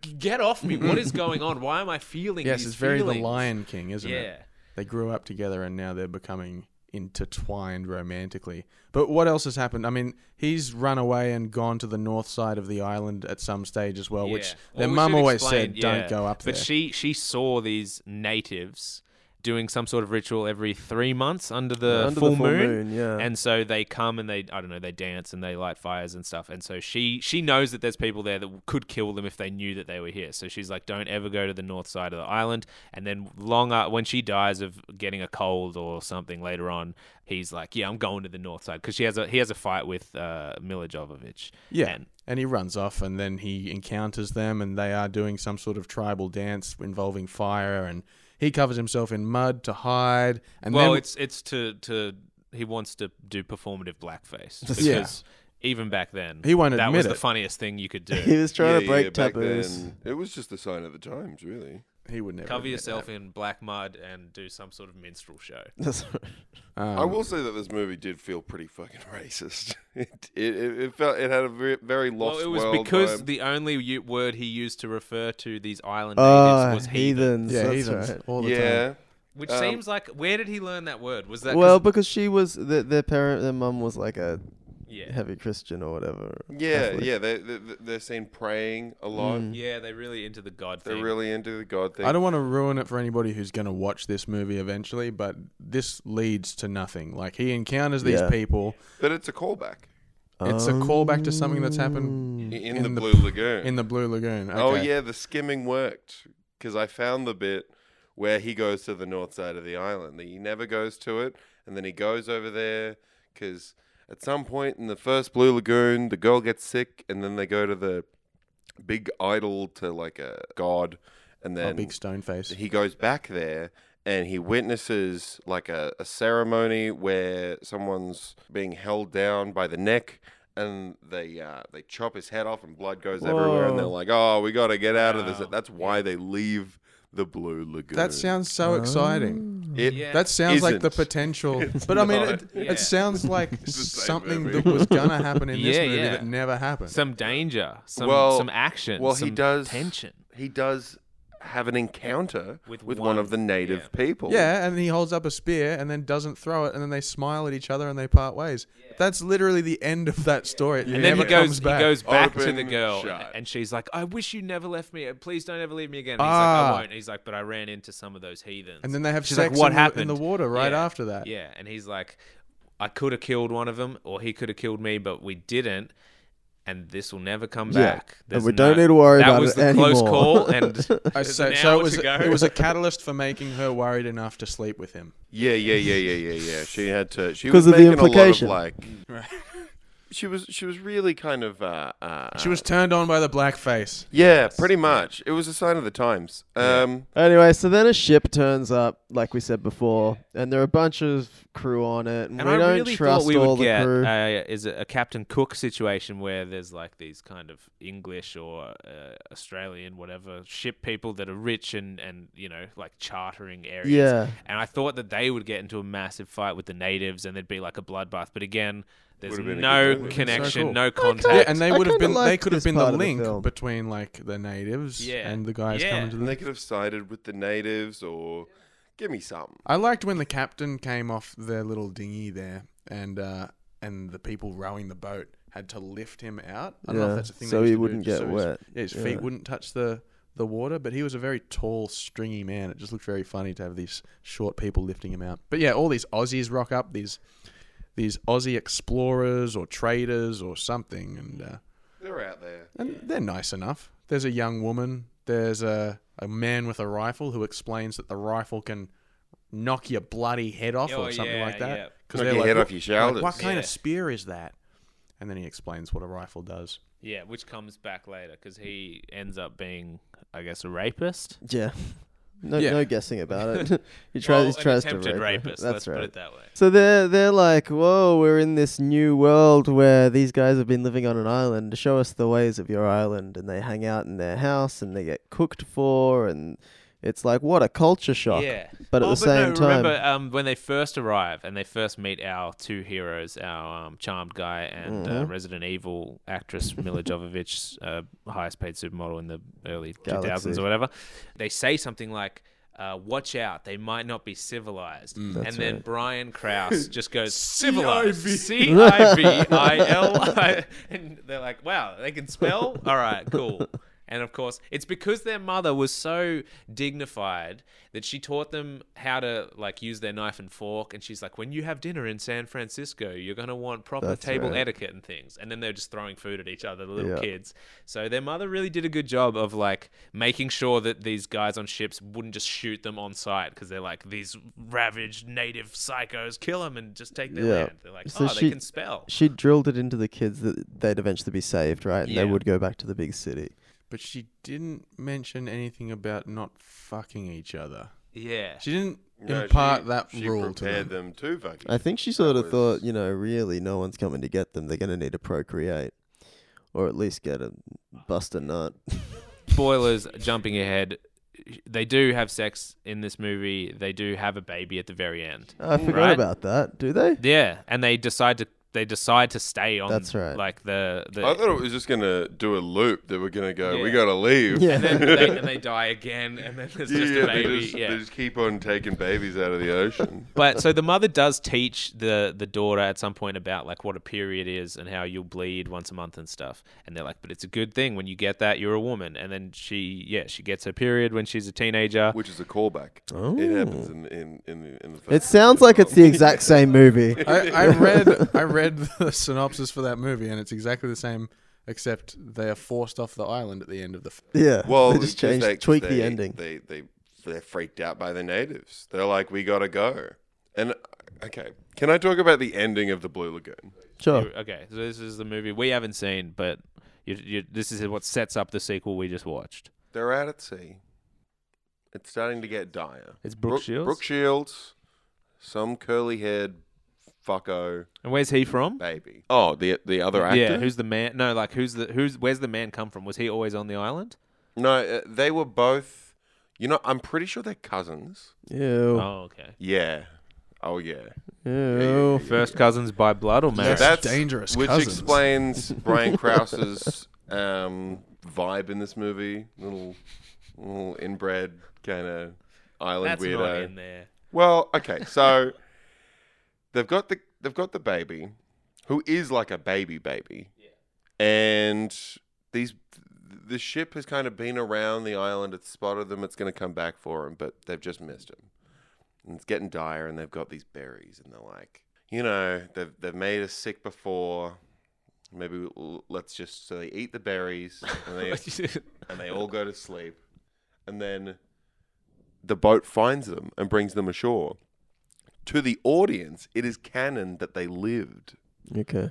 Speaker 1: "G- get off me! What is going on? Why am I feeling?
Speaker 2: Yes,
Speaker 1: these
Speaker 2: it's very
Speaker 1: feelings?
Speaker 2: the Lion King, isn't it?
Speaker 1: Yeah.
Speaker 2: They grew up together and now they're becoming intertwined romantically. But what else has happened? I mean, he's run away and gone to the north side of the island at some stage as well, which
Speaker 1: Yeah. Well,
Speaker 2: their
Speaker 1: we
Speaker 2: mum
Speaker 1: should
Speaker 2: always
Speaker 1: explain,
Speaker 2: said,
Speaker 1: yeah.
Speaker 2: "Don't go up there."
Speaker 1: But she she saw these natives doing some sort of ritual every three months under the,
Speaker 3: Under the
Speaker 1: full,
Speaker 3: full
Speaker 1: moon.
Speaker 3: moon, yeah.
Speaker 1: And so they come and they I don't know they dance and they light fires and stuff. And so she she knows that there's people there that could kill them if they knew that they were here. So she's like, don't ever go to the north side of the island. And then long a- when she dies of getting a cold or something later on, he's like, yeah, I'm going to the north side because she has a he has a fight with uh, Mila Jovovich.
Speaker 2: yeah.
Speaker 1: And-
Speaker 2: And, he runs off and then he encounters them and they are doing some sort of tribal dance involving fire and he covers himself in mud to hide and
Speaker 1: well,
Speaker 2: then
Speaker 1: it's it's to to he wants to do performative blackface because
Speaker 2: Yeah.
Speaker 1: even back then
Speaker 2: He won't
Speaker 1: that
Speaker 2: admit
Speaker 1: was the
Speaker 2: it.
Speaker 1: funniest thing you could
Speaker 3: He
Speaker 1: do.
Speaker 3: was trying
Speaker 4: Yeah,
Speaker 3: to break
Speaker 4: yeah, back
Speaker 3: taboos.
Speaker 4: then, It was just a sign of the times, really.
Speaker 2: he would never
Speaker 1: Cover
Speaker 2: admit
Speaker 1: yourself
Speaker 2: that.
Speaker 1: in black mud and do some sort of minstrel show.
Speaker 3: That's
Speaker 2: Um,
Speaker 4: I will say that this movie did feel pretty fucking racist. It it, it, it felt it had a very, very lost.
Speaker 1: well, it was
Speaker 4: world
Speaker 1: because
Speaker 4: vibe.
Speaker 1: the only u- word he used to refer to these island natives
Speaker 3: Ah,
Speaker 1: was heathen,
Speaker 3: heathens.
Speaker 2: yeah,
Speaker 3: that's
Speaker 2: heathens
Speaker 3: right.
Speaker 2: all the time.
Speaker 4: yeah.
Speaker 1: which
Speaker 4: Um,
Speaker 1: seems like where did he learn that word? Was that 'cause-
Speaker 3: Well, because she was the, their parent, their mum was like a
Speaker 1: yeah,
Speaker 3: heavy Christian or whatever.
Speaker 4: Yeah,
Speaker 3: Catholic.
Speaker 4: yeah, they, they they're seen praying a lot.
Speaker 1: yeah, they really into the god
Speaker 4: They're
Speaker 1: thing.
Speaker 4: really into the god thing.
Speaker 2: Mm. I don't want to ruin it for anybody who's going to watch this movie eventually, but this leads to nothing. Like he encounters these
Speaker 3: Yeah.
Speaker 2: people.
Speaker 4: but it's a callback
Speaker 2: It's a callback to something that's
Speaker 3: Oh.
Speaker 2: happened
Speaker 4: in,
Speaker 2: in
Speaker 4: the,
Speaker 2: the-
Speaker 4: Blue Lagoon.
Speaker 2: in the Blue Lagoon.
Speaker 4: Oh
Speaker 2: Okay.
Speaker 4: yeah, the skimming worked because I found the bit where he goes to the north side of the island. That he never goes to it, and then he goes over there because at some point in the first Blue Lagoon, the girl gets sick, and then they go to the big idol to like a god, and
Speaker 2: Oh,
Speaker 4: then
Speaker 2: big stone face.
Speaker 4: he goes back there and he witnesses like a, a ceremony where someone's being held down by the neck and they uh, they chop his head off and blood goes everywhere and they're
Speaker 3: Whoa.
Speaker 4: like oh we got to get out of this
Speaker 1: Wow.
Speaker 4: that's why they leave the blue lagoon
Speaker 2: That sounds so exciting.
Speaker 4: it,
Speaker 1: Yeah.
Speaker 2: That sounds like the
Speaker 4: Isn't.
Speaker 2: potential.
Speaker 4: It's
Speaker 2: but I mean,
Speaker 4: not.
Speaker 2: it,
Speaker 1: Yeah.
Speaker 2: it sounds like
Speaker 4: same
Speaker 2: something
Speaker 4: movie.
Speaker 2: that was going to happen in this
Speaker 1: Yeah,
Speaker 2: movie
Speaker 1: yeah.
Speaker 2: that never happened.
Speaker 1: some danger, some
Speaker 4: Well-
Speaker 1: some action.
Speaker 4: well he
Speaker 1: some
Speaker 4: does
Speaker 1: tension.
Speaker 4: he does have an encounter
Speaker 1: With
Speaker 4: with, one,
Speaker 1: one-
Speaker 4: of the native
Speaker 1: yeah.
Speaker 4: people
Speaker 2: yeah, and he holds up a spear and then doesn't throw it, and then they smile at each other and they part ways. That's literally the end of that story. It
Speaker 1: And then
Speaker 2: never
Speaker 1: he goes,
Speaker 2: comes
Speaker 1: he
Speaker 2: back.
Speaker 1: goes back to the
Speaker 4: Open
Speaker 1: girl,
Speaker 4: shot.
Speaker 1: and she's like, "I wish you never left me. Please don't ever leave me again." And he's like,
Speaker 2: Ah.
Speaker 1: "I won't." He's like, "But I ran into some of those heathens."
Speaker 2: And then they have
Speaker 1: she's
Speaker 2: sex
Speaker 1: like, "What
Speaker 2: in, the,
Speaker 1: happened
Speaker 2: in the water right
Speaker 1: Yeah.
Speaker 2: after that.
Speaker 1: Yeah, and he's like, "I could have killed one of them, or he could have killed me, but we didn't." And this will never come
Speaker 3: Yeah.
Speaker 1: back.
Speaker 3: And we don't need to worry
Speaker 1: that
Speaker 3: about
Speaker 1: was
Speaker 3: it
Speaker 1: the close
Speaker 3: anymore.
Speaker 1: call, and
Speaker 2: I
Speaker 1: there's
Speaker 2: say,
Speaker 1: an
Speaker 2: so
Speaker 1: hour
Speaker 2: it was
Speaker 1: to go.
Speaker 2: it was a catalyst for making her worried enough to sleep with him.
Speaker 4: Yeah, yeah, yeah, yeah, yeah, yeah. She had to. She
Speaker 3: 'Cause
Speaker 4: was
Speaker 3: of the
Speaker 4: making
Speaker 3: implication.
Speaker 4: a lot of like. She was. She was really kind of. Uh, uh,
Speaker 2: She was turned on by the blackface.
Speaker 4: Yeah, pretty much. It was a sign of the times. Um,
Speaker 3: Anyway, so then a ship turns up, like we said before, and there are a bunch of crew on it, and,
Speaker 1: And
Speaker 3: we
Speaker 1: I
Speaker 3: don't
Speaker 1: really
Speaker 3: trust
Speaker 1: thought we
Speaker 3: all
Speaker 1: would
Speaker 3: the
Speaker 1: get
Speaker 3: crew.
Speaker 1: a, is it a Captain Cook situation where there's like these kind of English or uh, Australian whatever ship people that are rich and and you know like chartering areas.
Speaker 3: yeah,
Speaker 1: And I thought that they would get into a massive fight with the natives and there'd be like a bloodbath. But again, there's
Speaker 4: Would've been a
Speaker 1: no
Speaker 4: good movie.
Speaker 1: connection,
Speaker 2: So cool.
Speaker 1: no contact.
Speaker 2: Yeah, and they
Speaker 3: I
Speaker 2: would have
Speaker 3: kinda
Speaker 2: been they
Speaker 3: liked
Speaker 2: could have
Speaker 3: this
Speaker 2: been the
Speaker 3: part of the
Speaker 2: link
Speaker 3: film.
Speaker 2: between like the natives
Speaker 1: Yeah.
Speaker 2: and the guys
Speaker 1: Yeah.
Speaker 2: coming to
Speaker 4: And
Speaker 2: the.
Speaker 4: they could have sided with the natives or give me some.
Speaker 2: I liked when the captain came off their little dinghy there, and uh, and the people rowing the boat had to lift him out. I don't know
Speaker 3: Yeah,
Speaker 2: if that's a thing.
Speaker 3: so
Speaker 2: they used
Speaker 3: he
Speaker 2: to do,
Speaker 3: wouldn't
Speaker 2: just
Speaker 3: get
Speaker 2: so his-
Speaker 3: wet.
Speaker 2: yeah, his
Speaker 3: Yeah.
Speaker 2: feet wouldn't touch the the water, but he was a very tall, stringy man. It just looked very funny to have these short people lifting him out. But yeah, all these Aussies rock up these these Aussie explorers or traders or something, and. Uh,
Speaker 4: They're out there.
Speaker 2: and they're nice enough. There's a young woman. There's a, a man with a rifle who explains that the rifle can knock your bloody head off
Speaker 1: Oh,
Speaker 2: or something
Speaker 1: yeah,
Speaker 2: like that.
Speaker 1: yeah.
Speaker 2: Because
Speaker 4: Knock your head off your shoulders."
Speaker 2: what kind of
Speaker 1: Yeah.
Speaker 2: spear is that? And then he explains what a rifle does.
Speaker 1: Yeah, which comes back later because he ends up being, I guess, a rapist.
Speaker 3: yeah. No,
Speaker 2: Yeah.
Speaker 3: no guessing about it. he tries,
Speaker 1: Well,
Speaker 3: he tries
Speaker 1: an
Speaker 3: to
Speaker 1: attempted
Speaker 3: rape. her.
Speaker 1: rapist.
Speaker 3: That's
Speaker 1: let's
Speaker 3: right.
Speaker 1: put it that way.
Speaker 3: So they're they're like, whoa, we're in this new world where these guys have been living on an island. Show us the ways of your island, and they hang out in their house and they get cooked for, and it's like what a culture shock.
Speaker 1: Yeah,
Speaker 3: But at
Speaker 1: Oh,
Speaker 3: the same
Speaker 1: no,
Speaker 3: time,
Speaker 1: remember um, when they first arrive and they first meet our two heroes, our um, charmed guy and uh,
Speaker 3: Mhm.
Speaker 1: Resident Evil actress Mila Jovovich, uh, highest paid supermodel in the early two
Speaker 3: Galaxy.
Speaker 1: thousands or whatever. They say something like. Uh, watch out! They might not be civilized.
Speaker 3: Mm. That's
Speaker 1: and then
Speaker 3: right.
Speaker 1: Brian Krause just goes civilized, C I V I L I, and they're like, "Wow, they can spell. All right, cool." And of course, it's because their mother was so dignified that she taught them how to like use their knife and fork. And she's like, "When you have dinner in San Francisco, you're gonna want proper
Speaker 3: That's
Speaker 1: table
Speaker 3: right.
Speaker 1: etiquette and things." And then they're just throwing food at each other, the little
Speaker 3: Yeah.
Speaker 1: kids. So their mother really did a good job of like making sure that these guys on ships wouldn't just shoot them on sight because they're like these ravaged native psychos, kill them and just take their
Speaker 3: Yeah.
Speaker 1: land. They're like,
Speaker 3: So
Speaker 1: "Oh,
Speaker 3: she-
Speaker 1: they can spell."
Speaker 3: she drilled it into the kids that they'd eventually be saved, right? And
Speaker 1: Yeah.
Speaker 3: they would go back to the big city.
Speaker 2: But she didn't mention anything about not fucking each other.
Speaker 1: Yeah.
Speaker 2: She didn't
Speaker 4: No,
Speaker 2: impart
Speaker 4: she-
Speaker 2: that
Speaker 4: she
Speaker 2: rule to
Speaker 4: prepared
Speaker 2: them.
Speaker 4: them. too, to fucking.
Speaker 3: I think she sort of
Speaker 4: was-
Speaker 3: thought, you know, really, no one's coming to get them. They're going to need to procreate, or at least get a bust a nut.
Speaker 1: spoilers jumping ahead they do have sex in this movie they do have a baby at the very end
Speaker 3: I forgot
Speaker 1: Right.
Speaker 3: about that. Do they?
Speaker 1: yeah and they decide to they decide to stay on
Speaker 3: That's right.
Speaker 1: like the, the
Speaker 4: I thought it was just gonna do a loop that we're gonna go. We
Speaker 1: Yeah.
Speaker 4: gotta leave.
Speaker 3: Yeah.
Speaker 1: and then they, and they die again and then there's just
Speaker 4: Yeah,
Speaker 1: a
Speaker 4: they
Speaker 1: baby
Speaker 4: just-
Speaker 1: yeah
Speaker 4: They just keep on taking babies out of the ocean.
Speaker 1: but so the mother does teach the the daughter at some point about like what a period is and how you'll bleed once a month and stuff and they're like but it's a good thing when you get that you're a woman and then she yeah she gets her period when she's a teenager
Speaker 4: which is a callback. It happens in in in the, in the film.
Speaker 3: Oh. It sounds like it's the exact same movie.
Speaker 2: I, I read I read the synopsis for that movie, and it's exactly the same, except they are forced off the island at the end of the. F-
Speaker 3: Yeah.
Speaker 4: well,
Speaker 3: they
Speaker 4: it's
Speaker 3: just changed,
Speaker 4: they-
Speaker 3: tweak
Speaker 4: they-
Speaker 3: the ending.
Speaker 4: They they they're freaked out by the natives. They're like, we gotta go. And okay, can I talk about the ending of the Blue Lagoon?
Speaker 3: sure.
Speaker 1: You- Okay, so this is the movie we haven't seen, but you, you, this is what sets up the sequel we just watched.
Speaker 4: They're out at sea. It's starting to get dire.
Speaker 1: It's Brooke Shields?
Speaker 4: Brooke Shields, some curly haired fucko
Speaker 1: And where's he from?
Speaker 4: baby. Oh, the the other actor.
Speaker 1: Yeah, who's the man? No, like who's the who's where's the man come from? Was he always on the island?
Speaker 4: no, uh, they were both. You know, I'm pretty sure they're cousins.
Speaker 3: Ew.
Speaker 1: Oh, okay.
Speaker 4: Yeah. Oh yeah.
Speaker 3: Ew.
Speaker 1: First cousins by blood or marriage?
Speaker 2: That's dangerous
Speaker 4: Which
Speaker 2: cousins.
Speaker 4: explains Brian Krause's um, vibe in this movie. Little, little inbred kind of island
Speaker 1: That's
Speaker 4: weirdo.
Speaker 1: not in there.
Speaker 4: Well, okay, so they've got the they've got the baby, who is like a baby baby, and these the ship has kind of been around the island. It's spotted them. It's going to come back for them, but they've just missed him. And it's getting dire, and they've got these berries, and they're like, you know, they've they've made us sick before. Maybe we'll- let's just so they eat the berries, and they and they all go to sleep. And then the boat finds them and brings them ashore. To the audience, it is canon that they lived,
Speaker 3: Okay.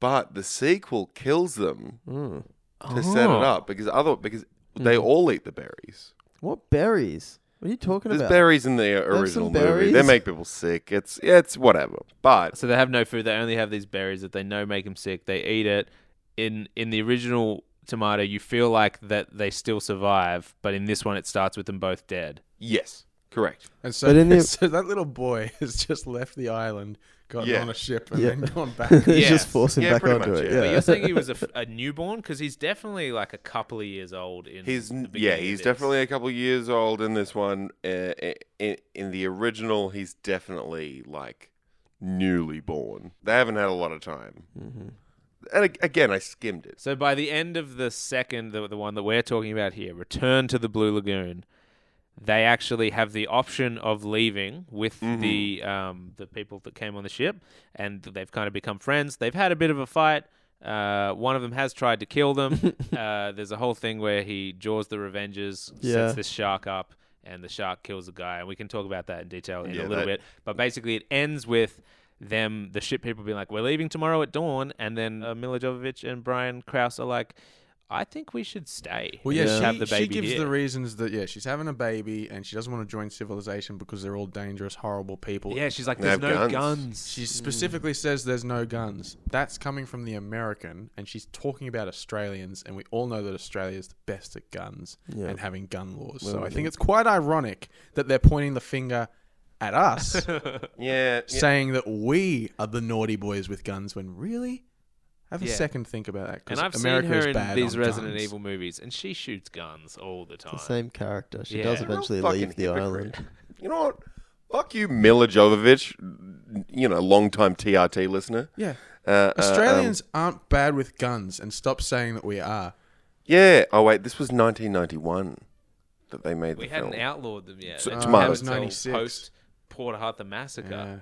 Speaker 4: but the sequel kills them
Speaker 3: Mm.
Speaker 1: Oh.
Speaker 3: Hmm.
Speaker 4: to set it up because other because they all eat the berries.
Speaker 3: What berries? What are you talking
Speaker 4: There's
Speaker 3: about?
Speaker 4: berries in the
Speaker 3: some
Speaker 4: original movie. They
Speaker 3: berries.
Speaker 4: make people sick. It's it's whatever. But
Speaker 1: So they have no food. They only have these berries that they know make them sick. They eat it. In in the original tomato, you feel like that they still survive, but in this one, it starts with them both dead.
Speaker 4: yes, correct.
Speaker 2: And so,
Speaker 3: But in the-
Speaker 2: so that little boy has just left the island, gotten
Speaker 4: Yeah.
Speaker 2: on a ship, and
Speaker 3: Yeah.
Speaker 2: then gone back.
Speaker 3: It's
Speaker 1: Yes.
Speaker 3: just forcing
Speaker 4: Yeah,
Speaker 3: back
Speaker 4: pretty
Speaker 3: onto
Speaker 4: much,
Speaker 3: it.
Speaker 4: yeah.
Speaker 3: Yeah.
Speaker 1: But you're saying he was a, f- a newborn because he's definitely like a couple of years old. In
Speaker 4: He's
Speaker 1: the beginning
Speaker 4: yeah,
Speaker 1: of
Speaker 4: he's
Speaker 1: this.
Speaker 4: definitely a couple years old in this one. Uh, in, in the original, he's definitely like newly born. They haven't had a lot of time. And ag- again, I skimmed it.
Speaker 1: So by the end of the second, the, the one that we're talking about here, Return to the Blue Lagoon, they actually have the option of leaving with the um, the people that came on the ship, and they've kind of become friends. They've had a bit of a fight. Uh, one of them has tried to kill them. uh, there's a whole thing where he jaws the Revengers,
Speaker 3: Yeah.
Speaker 1: sets this shark up, and the shark kills the guy. And we can talk about that in detail in a
Speaker 4: Yeah,
Speaker 1: little
Speaker 4: that-
Speaker 1: bit. But basically, it ends with them, the ship people, being like, "We're leaving tomorrow at dawn," and then uh, Mila Jovovich and Brian Kraus are like, "I think we should stay.
Speaker 2: Well,
Speaker 1: and
Speaker 2: yeah,
Speaker 1: just
Speaker 2: she,
Speaker 1: have the baby
Speaker 2: she gives
Speaker 1: here."
Speaker 2: the reasons that yeah, she's having a baby and she doesn't want to join civilization because they're all dangerous, horrible people.
Speaker 1: yeah, she's like,
Speaker 4: They
Speaker 1: "There's no
Speaker 4: have guns.
Speaker 1: guns."
Speaker 2: She
Speaker 1: Hmm.
Speaker 2: specifically says there's no guns. That's coming from the American, and she's talking about Australians, and we all know that Australia's the best at guns
Speaker 3: Yeah.
Speaker 2: and having gun laws. so
Speaker 3: Well,
Speaker 2: I think it's quite ironic that they're pointing the finger at us,
Speaker 4: Yeah, yeah.
Speaker 2: saying that we are the naughty boys with guns, when really, have a
Speaker 1: Yeah.
Speaker 2: second think about that. 'cause
Speaker 1: and I've
Speaker 2: America
Speaker 1: seen her
Speaker 2: is
Speaker 1: in
Speaker 2: bad
Speaker 1: these
Speaker 2: on
Speaker 1: Resident
Speaker 2: guns.
Speaker 1: Evil movies, and she shoots guns all the time.
Speaker 3: The same character. She does
Speaker 1: Yeah.
Speaker 4: You're a
Speaker 3: eventually
Speaker 4: fucking
Speaker 3: leave the
Speaker 4: hypocrite.
Speaker 3: island.
Speaker 4: You know what? Fuck you, Mila Jovovich. You know, long-time TRT listener.
Speaker 2: Yeah.
Speaker 4: Uh, uh, um,
Speaker 2: Australians aren't bad with guns, and stop saying that we are.
Speaker 4: yeah. Oh wait, this was 1991 that they made
Speaker 1: We
Speaker 4: the film.
Speaker 1: hadn't outlawed them yet.
Speaker 4: So
Speaker 1: It
Speaker 4: tomorrow.
Speaker 1: was
Speaker 2: It was 96.
Speaker 1: Post Port Arthur massacre.
Speaker 2: Yeah.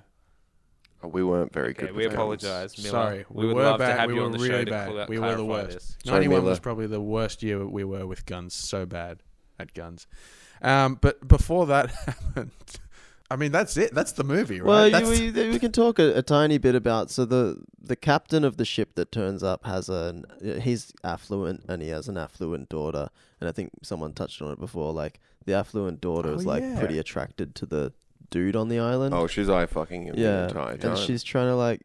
Speaker 4: Oh, we weren't very
Speaker 1: Okay,
Speaker 4: good.
Speaker 1: we
Speaker 4: with guns.
Speaker 1: apologize, Miller.
Speaker 2: Sorry,
Speaker 1: we, would
Speaker 2: were
Speaker 1: love
Speaker 2: bad.
Speaker 1: to have
Speaker 2: we
Speaker 1: you
Speaker 2: were
Speaker 1: on the show
Speaker 2: really
Speaker 1: to
Speaker 2: bad.
Speaker 1: cla-
Speaker 2: we were
Speaker 1: clarify
Speaker 2: the worst.
Speaker 1: this.
Speaker 4: Sorry,
Speaker 2: 91
Speaker 4: Miller.
Speaker 2: was probably the worst year we were with guns. So bad at guns. Um, but before that happened, I mean, that's it. That's the movie, right?
Speaker 3: Well,
Speaker 2: That's-
Speaker 3: you, we, we can talk a, a tiny bit about. So the the captain of the ship that turns up has an uh, he's affluent and he has an affluent daughter, and I think someone touched on it before. Like the affluent daughter
Speaker 2: Oh,
Speaker 3: is like
Speaker 2: yeah.
Speaker 3: pretty attracted to the dude on the island.
Speaker 4: Oh, she's eye fucking him
Speaker 3: yeah,
Speaker 4: the entire time.
Speaker 3: and she's trying to like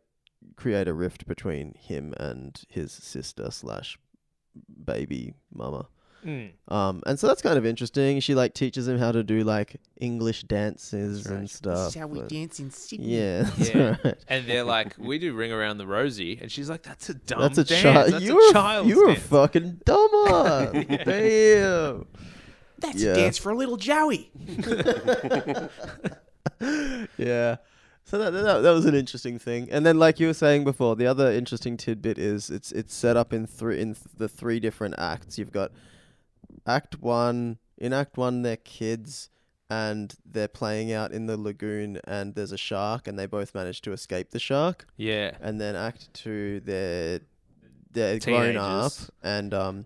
Speaker 3: create a rift between him and his sister slash baby mama.
Speaker 1: Mm.
Speaker 3: Um, and so that's kind of interesting. She like teaches him how to do like English dances and stuff. and-
Speaker 2: dance in Sydney.
Speaker 3: Yeah, that's
Speaker 1: Yeah.
Speaker 3: right.
Speaker 1: And they're like, we do ring around the rosy, and she's like, that's a dumb
Speaker 3: That's a
Speaker 1: dance.
Speaker 3: child.
Speaker 1: That's
Speaker 3: You're
Speaker 1: a
Speaker 3: a,
Speaker 1: child's
Speaker 3: you're a
Speaker 1: dance."
Speaker 3: fucking dumber. Damn.
Speaker 2: That's
Speaker 3: a Yeah. dance
Speaker 2: for a little Joey.
Speaker 3: Yeah. So that, that that was an interesting thing. And then, like you were saying before, the other interesting tidbit is it's it's set up in three in the three different acts. You've got Act One. In Act One, they're kids and they're playing out in the lagoon, and there's a shark, and they both manage to escape the shark.
Speaker 1: yeah.
Speaker 3: and then Act Two, they're they're grown up,
Speaker 1: Teenagers.
Speaker 3: and um,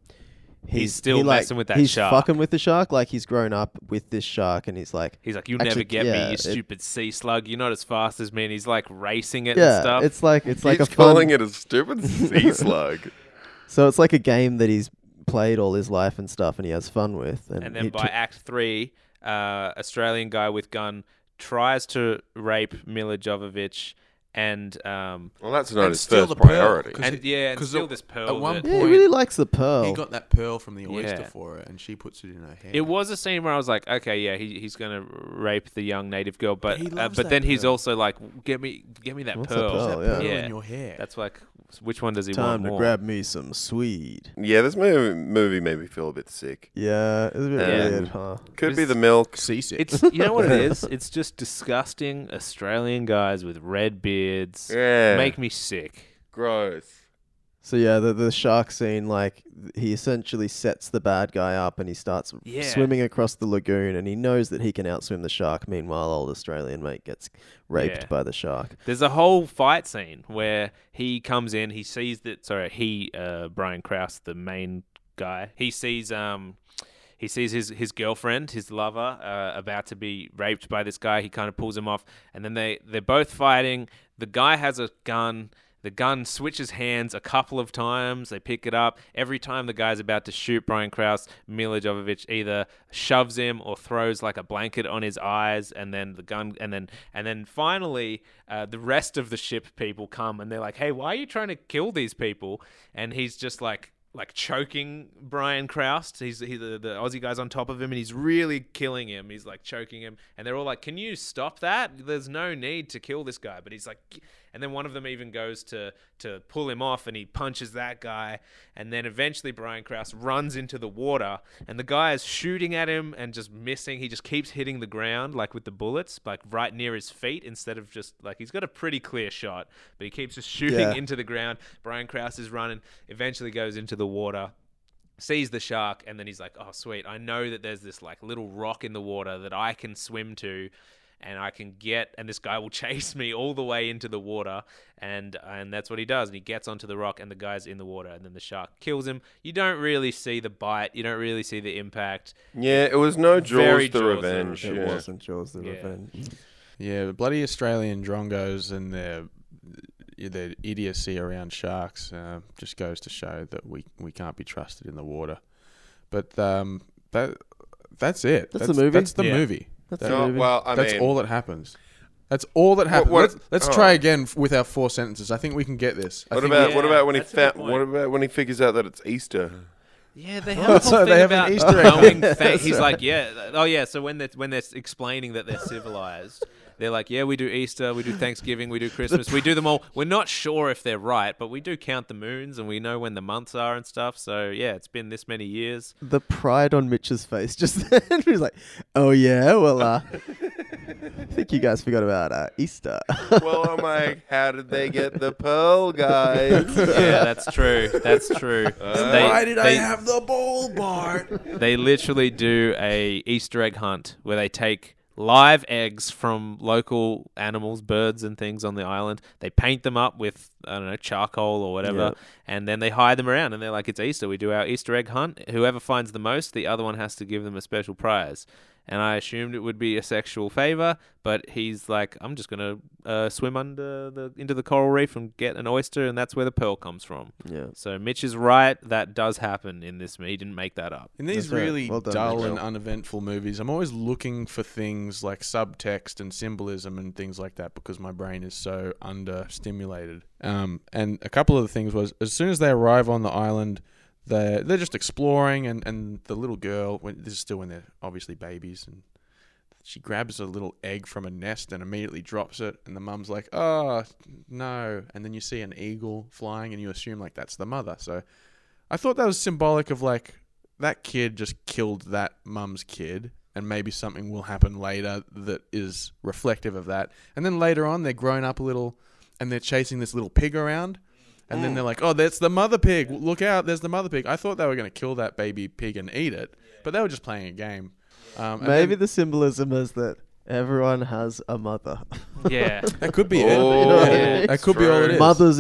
Speaker 1: He's still messing with that
Speaker 3: he's
Speaker 1: shark.
Speaker 3: fucking with the shark, like he's grown up with this shark, and he's like,
Speaker 1: He's like, you'll
Speaker 3: Actually,
Speaker 1: never get
Speaker 3: yeah,
Speaker 1: me, you
Speaker 3: it-
Speaker 1: stupid sea slug. You're not as fast as me. And he's like racing it and
Speaker 3: yeah,
Speaker 1: stuff.
Speaker 3: it's like it's like
Speaker 4: he's
Speaker 3: a fun,
Speaker 4: calling it a stupid sea slug.
Speaker 3: so it's like a game that he's played all his life and stuff, and he has fun with, and,
Speaker 1: and
Speaker 3: he
Speaker 1: then by
Speaker 3: took-
Speaker 1: Act Three, uh, Australian guy with gun tries to rape Mila Jovovich, and um,
Speaker 4: Well, that's
Speaker 2: And
Speaker 4: not his
Speaker 2: still
Speaker 4: first
Speaker 2: the pearl,
Speaker 4: priority.
Speaker 2: 'cause
Speaker 1: and
Speaker 2: it-
Speaker 1: yeah, and
Speaker 2: 'cause
Speaker 1: still
Speaker 2: at-
Speaker 1: this
Speaker 2: at
Speaker 1: pearl.
Speaker 2: one
Speaker 1: that-
Speaker 3: yeah, he
Speaker 2: point-
Speaker 3: really likes the pearl.
Speaker 2: He got that pearl from the oyster
Speaker 1: Yeah.
Speaker 2: for her, and she puts it in her hair.
Speaker 1: it was a scene where I was like, okay, yeah, he, he's gonna rape the young native girl, but
Speaker 2: he
Speaker 1: uh,
Speaker 2: loves
Speaker 1: but
Speaker 2: that
Speaker 1: then he's
Speaker 2: pearl.
Speaker 1: also like, get me, get me that
Speaker 3: What's that
Speaker 1: pearl.
Speaker 3: pearl?
Speaker 2: That
Speaker 3: Oh, yeah.
Speaker 2: pearl
Speaker 1: Yeah.
Speaker 2: in your hair.
Speaker 1: That's like, which one does he
Speaker 3: time
Speaker 1: want
Speaker 3: to
Speaker 1: more?
Speaker 3: grab me some swede.
Speaker 4: Yeah, this movie, movie made me feel a bit sick.
Speaker 3: Yeah, it was a bit
Speaker 4: Yeah.
Speaker 3: weird, huh?
Speaker 4: Could be
Speaker 1: This-
Speaker 4: the milk.
Speaker 2: seasick.
Speaker 1: It's you know what it is. It's just disgusting Australian guys with red beards.
Speaker 4: Yeah.
Speaker 1: Make me sick.
Speaker 4: gross.
Speaker 3: So yeah, the the shark scene, like th- he essentially sets the bad guy up and he starts
Speaker 1: Yeah.
Speaker 3: swimming across the lagoon, and he knows that he can outswim the shark. Meanwhile, old Australian mate gets raped
Speaker 1: Yeah.
Speaker 3: by the shark.
Speaker 1: There's a whole fight scene where he comes in, he sees that sorry, he uh Brian Krause, the main guy, he sees um he sees his, his girlfriend, his lover, uh, about to be raped by this guy. He kind of pulls him off, and then they they're both fighting. The guy has a gun. The gun switches hands a couple of times. They pick it up. Every time the guy's about to shoot Brian Kraus, Mila Jovovich either shoves him or throws like a blanket on his eyes, and then the gun, and then and then finally, uh, the rest of the ship people come and they're like, "Hey, why are you trying to kill these people?" And he's just like, like choking Brian Kraus. He's he, the, the Aussie guy's on top of him and he's really killing him. He's like choking him, and they're all like, "Can you stop that? There's no need to kill this guy." But he's like, and then one of them even goes to to pull him off, and he punches that guy, and then eventually Brian Kraus runs into the water, and the guy is shooting at him and just missing. He just keeps hitting the ground like with the bullets, like right near his feet, instead of just like he's got a pretty clear shot, but he keeps just shooting
Speaker 3: Yeah.
Speaker 1: into the ground. Brian Kraus is running, eventually goes into the water, sees the shark, and then he's like, "Oh, sweet! I know that there's this like little rock in the water that I can swim to." And I can get, and this guy will chase me all the way into the water, and and that's what he does. And he gets onto the rock, and the guy's in the water, and then the shark kills him. You don't really see the bite, you don't really see the impact.
Speaker 4: Yeah, it was no Jaws
Speaker 1: Very
Speaker 4: the
Speaker 1: Jaws the
Speaker 4: Revenge.
Speaker 3: It
Speaker 1: Revenge.
Speaker 4: yeah.
Speaker 3: wasn't Jaws the
Speaker 1: Yeah.
Speaker 3: Revenge.
Speaker 2: Yeah, but bloody Australian drongos and their their idiocy around sharks uh, just goes to show that we we can't be trusted in the water. But um, that that's it.
Speaker 3: That's the movie?
Speaker 2: That's the
Speaker 1: Yeah.
Speaker 2: movie.
Speaker 3: That's
Speaker 2: That-
Speaker 3: the
Speaker 4: No,
Speaker 3: movie.
Speaker 4: well, I
Speaker 2: that's
Speaker 4: mean,
Speaker 2: all that happens. That's all that happens.
Speaker 4: what-
Speaker 2: let's let's
Speaker 4: oh.
Speaker 2: try again f- with our four sentences. I think we can get this. I
Speaker 4: What
Speaker 2: think
Speaker 4: about
Speaker 1: we-
Speaker 4: what about when he
Speaker 1: That's a good
Speaker 4: fa- what about when he figures out that it's Easter?
Speaker 1: Yeah, they have a whole
Speaker 2: So
Speaker 1: thing
Speaker 2: they have an
Speaker 1: about
Speaker 2: Easter egg.
Speaker 1: knowing thank- He's like, yeah, th- oh yeah. So when they're when they're explaining that they're civilized, they're like, yeah, we do Easter, we do Thanksgiving, we do Christmas, we do them all. We're not sure if they're right, but we do count the moons and we know when the months are and stuff. So yeah, it's been this many years.
Speaker 3: the pride on Mitch's face just then. he was like, "Oh yeah, well, uh, I think you guys forgot about uh, Easter."
Speaker 4: well, I'm like, how did they get the pearl, guys?
Speaker 1: Yeah, that's true. That's true. They-
Speaker 2: Uh, why did I
Speaker 1: they-
Speaker 2: have the ball, Bart?
Speaker 1: They literally do a Easter egg hunt where they take live eggs from local animals, birds and things on the island. They paint them up with I don't know charcoal or whatever, and then they hide them around. And they're like, "It's Easter. We do our Easter egg hunt. Whoever finds the most, the other one has to give them a special prize." And I assumed it would be a sexual favor, but he's like, "I'm just gonna uh, swim under the into the coral reef and get an oyster, and that's where the pearl comes from."
Speaker 3: yeah.
Speaker 1: So Mitch is right. That does happen in this. He didn't make that up.
Speaker 2: In these
Speaker 3: That's right.
Speaker 2: really
Speaker 3: Well done,
Speaker 2: dull
Speaker 3: Mitchell.
Speaker 2: and uneventful movies, I'm always looking for things like subtext and symbolism and things like that because my brain is so understimulated. Um, and a couple of the things was as soon as they arrive on the island, they're, they're just exploring, and, and the little girl, when, this is still when they're obviously babies, and she grabs a little egg from a nest and immediately drops it, and the mum's like, oh, no. And then you see an eagle flying, and you assume, like, that's the mother. So I thought that was symbolic of, like, that kid just killed that mum's kid and maybe something will happen later that is reflective of that and then later on they're grown up a little and they're chasing this little pig around and then they're like oh that's the mother pig look out there's the mother pig i thought they were going to kill that baby pig and eat it but they were just playing a game um, and
Speaker 3: Maybe
Speaker 2: then-
Speaker 3: the symbolism is that everyone has a mother.
Speaker 1: Yeah.
Speaker 2: that could be
Speaker 4: Oh,
Speaker 2: it
Speaker 3: yeah,
Speaker 2: that could be all it is
Speaker 3: Mothers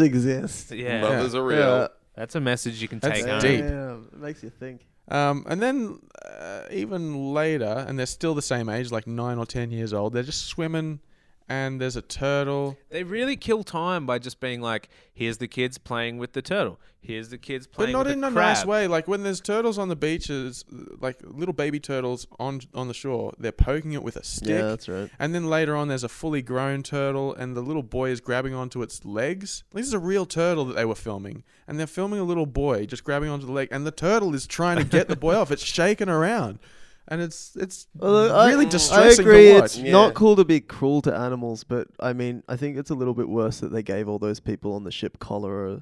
Speaker 3: exist.
Speaker 1: Yeah.
Speaker 4: Mothers are real.
Speaker 3: Yeah.
Speaker 1: That's a message you can
Speaker 2: That's
Speaker 1: take home.
Speaker 2: deep.
Speaker 3: Damn, it makes you think.
Speaker 2: Um, and then uh, even later, and they're still the same age, like nine or ten years old. They're just swimming, and there's a turtle.
Speaker 1: They really kill time by just being like, here's the kids playing with the turtle. Here's the kids
Speaker 2: But
Speaker 1: playing
Speaker 2: not
Speaker 1: with
Speaker 2: in
Speaker 1: the
Speaker 2: a
Speaker 1: crab.
Speaker 2: nice way. Like when there's turtles on the beaches, like little baby turtles on on the shore, they're poking it with a stick.
Speaker 3: Yeah, that's right.
Speaker 2: And then later on, there's a fully grown turtle, and the little boy is grabbing onto its legs. This is a real turtle that they were filming, and they're filming a little boy just grabbing onto the leg, and the turtle is trying to get the boy off. It's shaking around, and it's it's
Speaker 3: Although
Speaker 2: really
Speaker 3: I,
Speaker 2: distressing
Speaker 3: I agree.
Speaker 2: to watch.
Speaker 3: It's
Speaker 4: Yeah.
Speaker 3: not cool to be cruel to animals, but I mean, I think it's a little bit worse that they gave all those people on the ship cholera.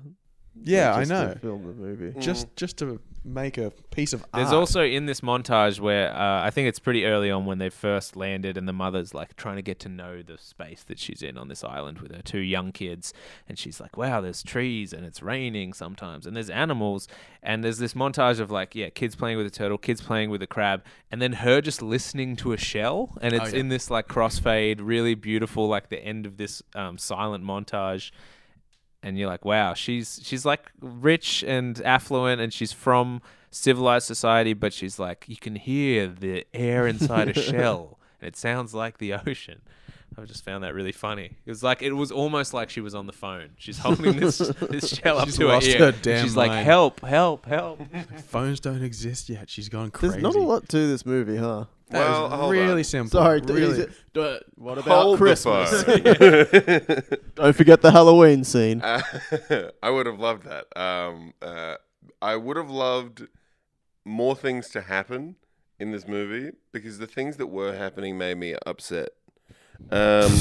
Speaker 2: Yeah, I
Speaker 3: just
Speaker 2: know.
Speaker 3: To film the movie.
Speaker 2: Just just to make a piece of
Speaker 1: There's
Speaker 2: art.
Speaker 1: also in this montage where uh, I think it's pretty early on when they first landed, and the mother's like trying to get to know the space that she's in on this island with her two young kids. And she's like, wow, there's trees and it's raining sometimes, and there's animals. And there's this montage of like, yeah, kids playing with a turtle, kids playing with a crab, and then her just listening to a shell. And it's
Speaker 2: yeah.
Speaker 1: in this like crossfade, really beautiful, like the end of this um, silent montage and you're like, wow, she's she's like rich and affluent, and she's from civilized society, but she's like, you can hear the air inside a shell, and it sounds like the ocean. I just found that really funny. It was like it was almost like she was on the phone. She's holding this this shell up
Speaker 2: She's
Speaker 1: to her
Speaker 2: lost
Speaker 1: ear.
Speaker 2: her
Speaker 1: and
Speaker 2: damn
Speaker 1: she's like,
Speaker 2: mind.
Speaker 1: "Help! Help! Help!"
Speaker 2: Phones don't exist yet. She's gone crazy.
Speaker 3: There's not a lot to this movie, huh?
Speaker 2: That is
Speaker 4: Well, hold
Speaker 2: really
Speaker 4: on.
Speaker 2: simple.
Speaker 3: Sorry, d- is
Speaker 2: really.
Speaker 3: it- d- what about
Speaker 4: Hold
Speaker 3: Christmas?
Speaker 4: the phone.
Speaker 3: Don't forget the Halloween scene.
Speaker 4: Uh, I would have loved that. Um, uh, I would have loved more things to happen in this movie because the things that were happening made me upset. Um,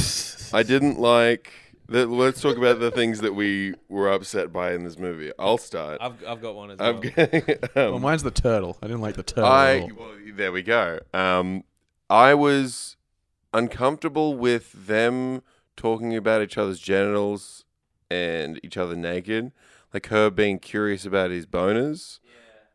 Speaker 4: I didn't like. The, let's talk about the things that we were upset by in this movie. I'll start.
Speaker 1: I've I've got one as well.
Speaker 4: I've got- um,
Speaker 2: Well, mine's the turtle. I didn't like the turtle. at
Speaker 4: I
Speaker 2: all.
Speaker 4: well, there we go. Um, I was uncomfortable with them talking about each other's genitals and each other naked, like her being curious about his boners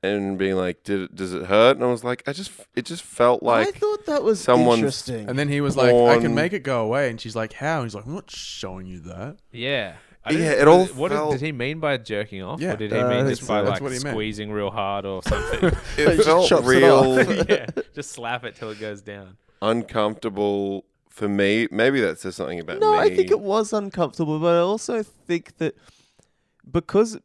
Speaker 4: and being like, "Did it, does it hurt?" And I was like, "I just it just felt
Speaker 3: I
Speaker 4: like
Speaker 3: thought that was
Speaker 4: someone's-
Speaker 3: interesting.
Speaker 2: And then he was like, "I
Speaker 4: Porn.
Speaker 2: can make it go away," and she's like, "How?" And he's like, "I'm not showing you that."
Speaker 1: yeah.
Speaker 4: Yeah,
Speaker 1: didn't-
Speaker 4: it all
Speaker 1: was What did-
Speaker 4: felt-
Speaker 1: did he mean by jerking off?
Speaker 2: Yeah.
Speaker 1: or did he
Speaker 3: Uh,
Speaker 1: mean
Speaker 3: I
Speaker 1: just
Speaker 3: think
Speaker 1: by
Speaker 3: so.
Speaker 2: That's
Speaker 1: like
Speaker 2: what he meant.
Speaker 1: squeezing real hard or something?
Speaker 4: it
Speaker 3: just
Speaker 4: felt
Speaker 3: chops it
Speaker 4: real."
Speaker 3: off.
Speaker 1: yeah, just slap it till it goes down.
Speaker 4: uncomfortable for me. Maybe that says something about
Speaker 3: no,
Speaker 4: me.
Speaker 3: I think it was uncomfortable, but I also think that because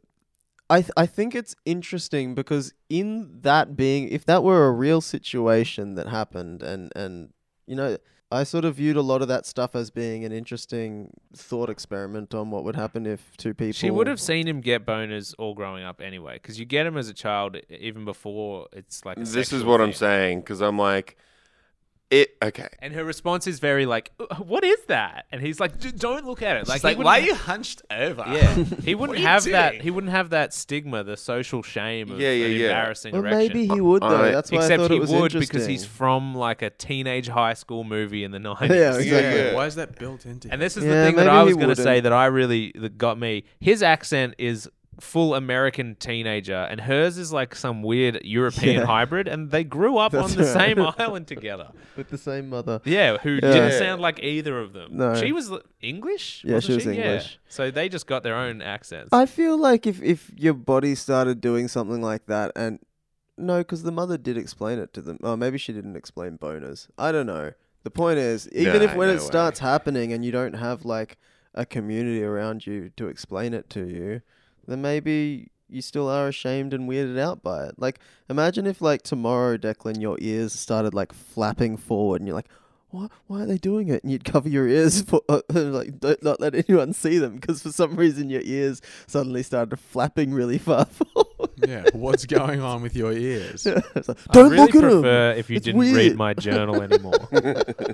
Speaker 3: I th- I think it's interesting because in that being, if that were a real situation that happened, and and you know, I sort of viewed a lot of that stuff as being an interesting thought experiment on what would happen if two people.
Speaker 1: She would have seen him get boners all growing up anyway, because you get him as a child e- even before it's like. A
Speaker 4: This is
Speaker 1: sexual
Speaker 4: what I'm
Speaker 1: thing.
Speaker 4: saying because I'm like, it okay.
Speaker 1: And her response is very like, "Uh, "What is that?" And he's like, "D- "Don't look at it." Like,
Speaker 5: She's
Speaker 1: he
Speaker 5: like,
Speaker 1: wouldn't
Speaker 5: why are
Speaker 1: ha-
Speaker 5: you hunched over?
Speaker 1: Yeah, he wouldn't
Speaker 5: you
Speaker 1: have that.
Speaker 5: doing?
Speaker 1: He wouldn't have that stigma, the social shame of
Speaker 4: Yeah, yeah,
Speaker 1: an
Speaker 4: yeah.
Speaker 1: embarrassing
Speaker 3: Well,
Speaker 1: erection.
Speaker 3: maybe he would though.
Speaker 4: I-
Speaker 3: That's why I
Speaker 1: Except
Speaker 3: thought
Speaker 1: he
Speaker 3: it was
Speaker 1: would
Speaker 3: interesting.
Speaker 1: because he's from like a teenage high school movie in the nineties.
Speaker 3: yeah, exactly.
Speaker 4: Yeah.
Speaker 2: Why is that built into? him?
Speaker 1: And this is
Speaker 3: Yeah,
Speaker 1: the thing that
Speaker 3: maybe
Speaker 1: I
Speaker 3: he
Speaker 1: was going to
Speaker 3: wouldn't.
Speaker 1: say that I really that got me. His accent is full American teenager, and hers is like some weird European
Speaker 3: Yeah.
Speaker 1: hybrid, and they grew up
Speaker 3: That's
Speaker 1: on the
Speaker 3: right.
Speaker 1: same island together.
Speaker 3: with the same mother.
Speaker 1: Yeah, who
Speaker 3: Yeah.
Speaker 1: didn't sound like either of them.
Speaker 3: No.
Speaker 1: She was l- English.
Speaker 3: Yeah, she
Speaker 1: wasn't
Speaker 3: was English.
Speaker 1: So they just got their own accents.
Speaker 3: I feel like if if your body started doing something like that, and no, because the mother did explain it to them. Oh, maybe she didn't explain boners. I don't know. The point is, even
Speaker 4: Nah,
Speaker 3: if when
Speaker 4: no
Speaker 3: it
Speaker 4: way.
Speaker 3: starts happening and you don't have like a community around you to explain it to you, then maybe you still are ashamed and weirded out by it. Like, imagine if like tomorrow, Declan, your ears started like flapping forward, and you're like. What? Why are they doing it? And you'd cover your ears for like don't not let anyone see them because for some reason your ears suddenly started flapping really far forward.
Speaker 2: yeah, what's going on with your ears?
Speaker 3: It's like,
Speaker 1: I
Speaker 3: don't
Speaker 1: really
Speaker 3: look at them.
Speaker 1: prefer if you
Speaker 3: It's
Speaker 1: didn't
Speaker 3: weird.
Speaker 1: read my journal anymore,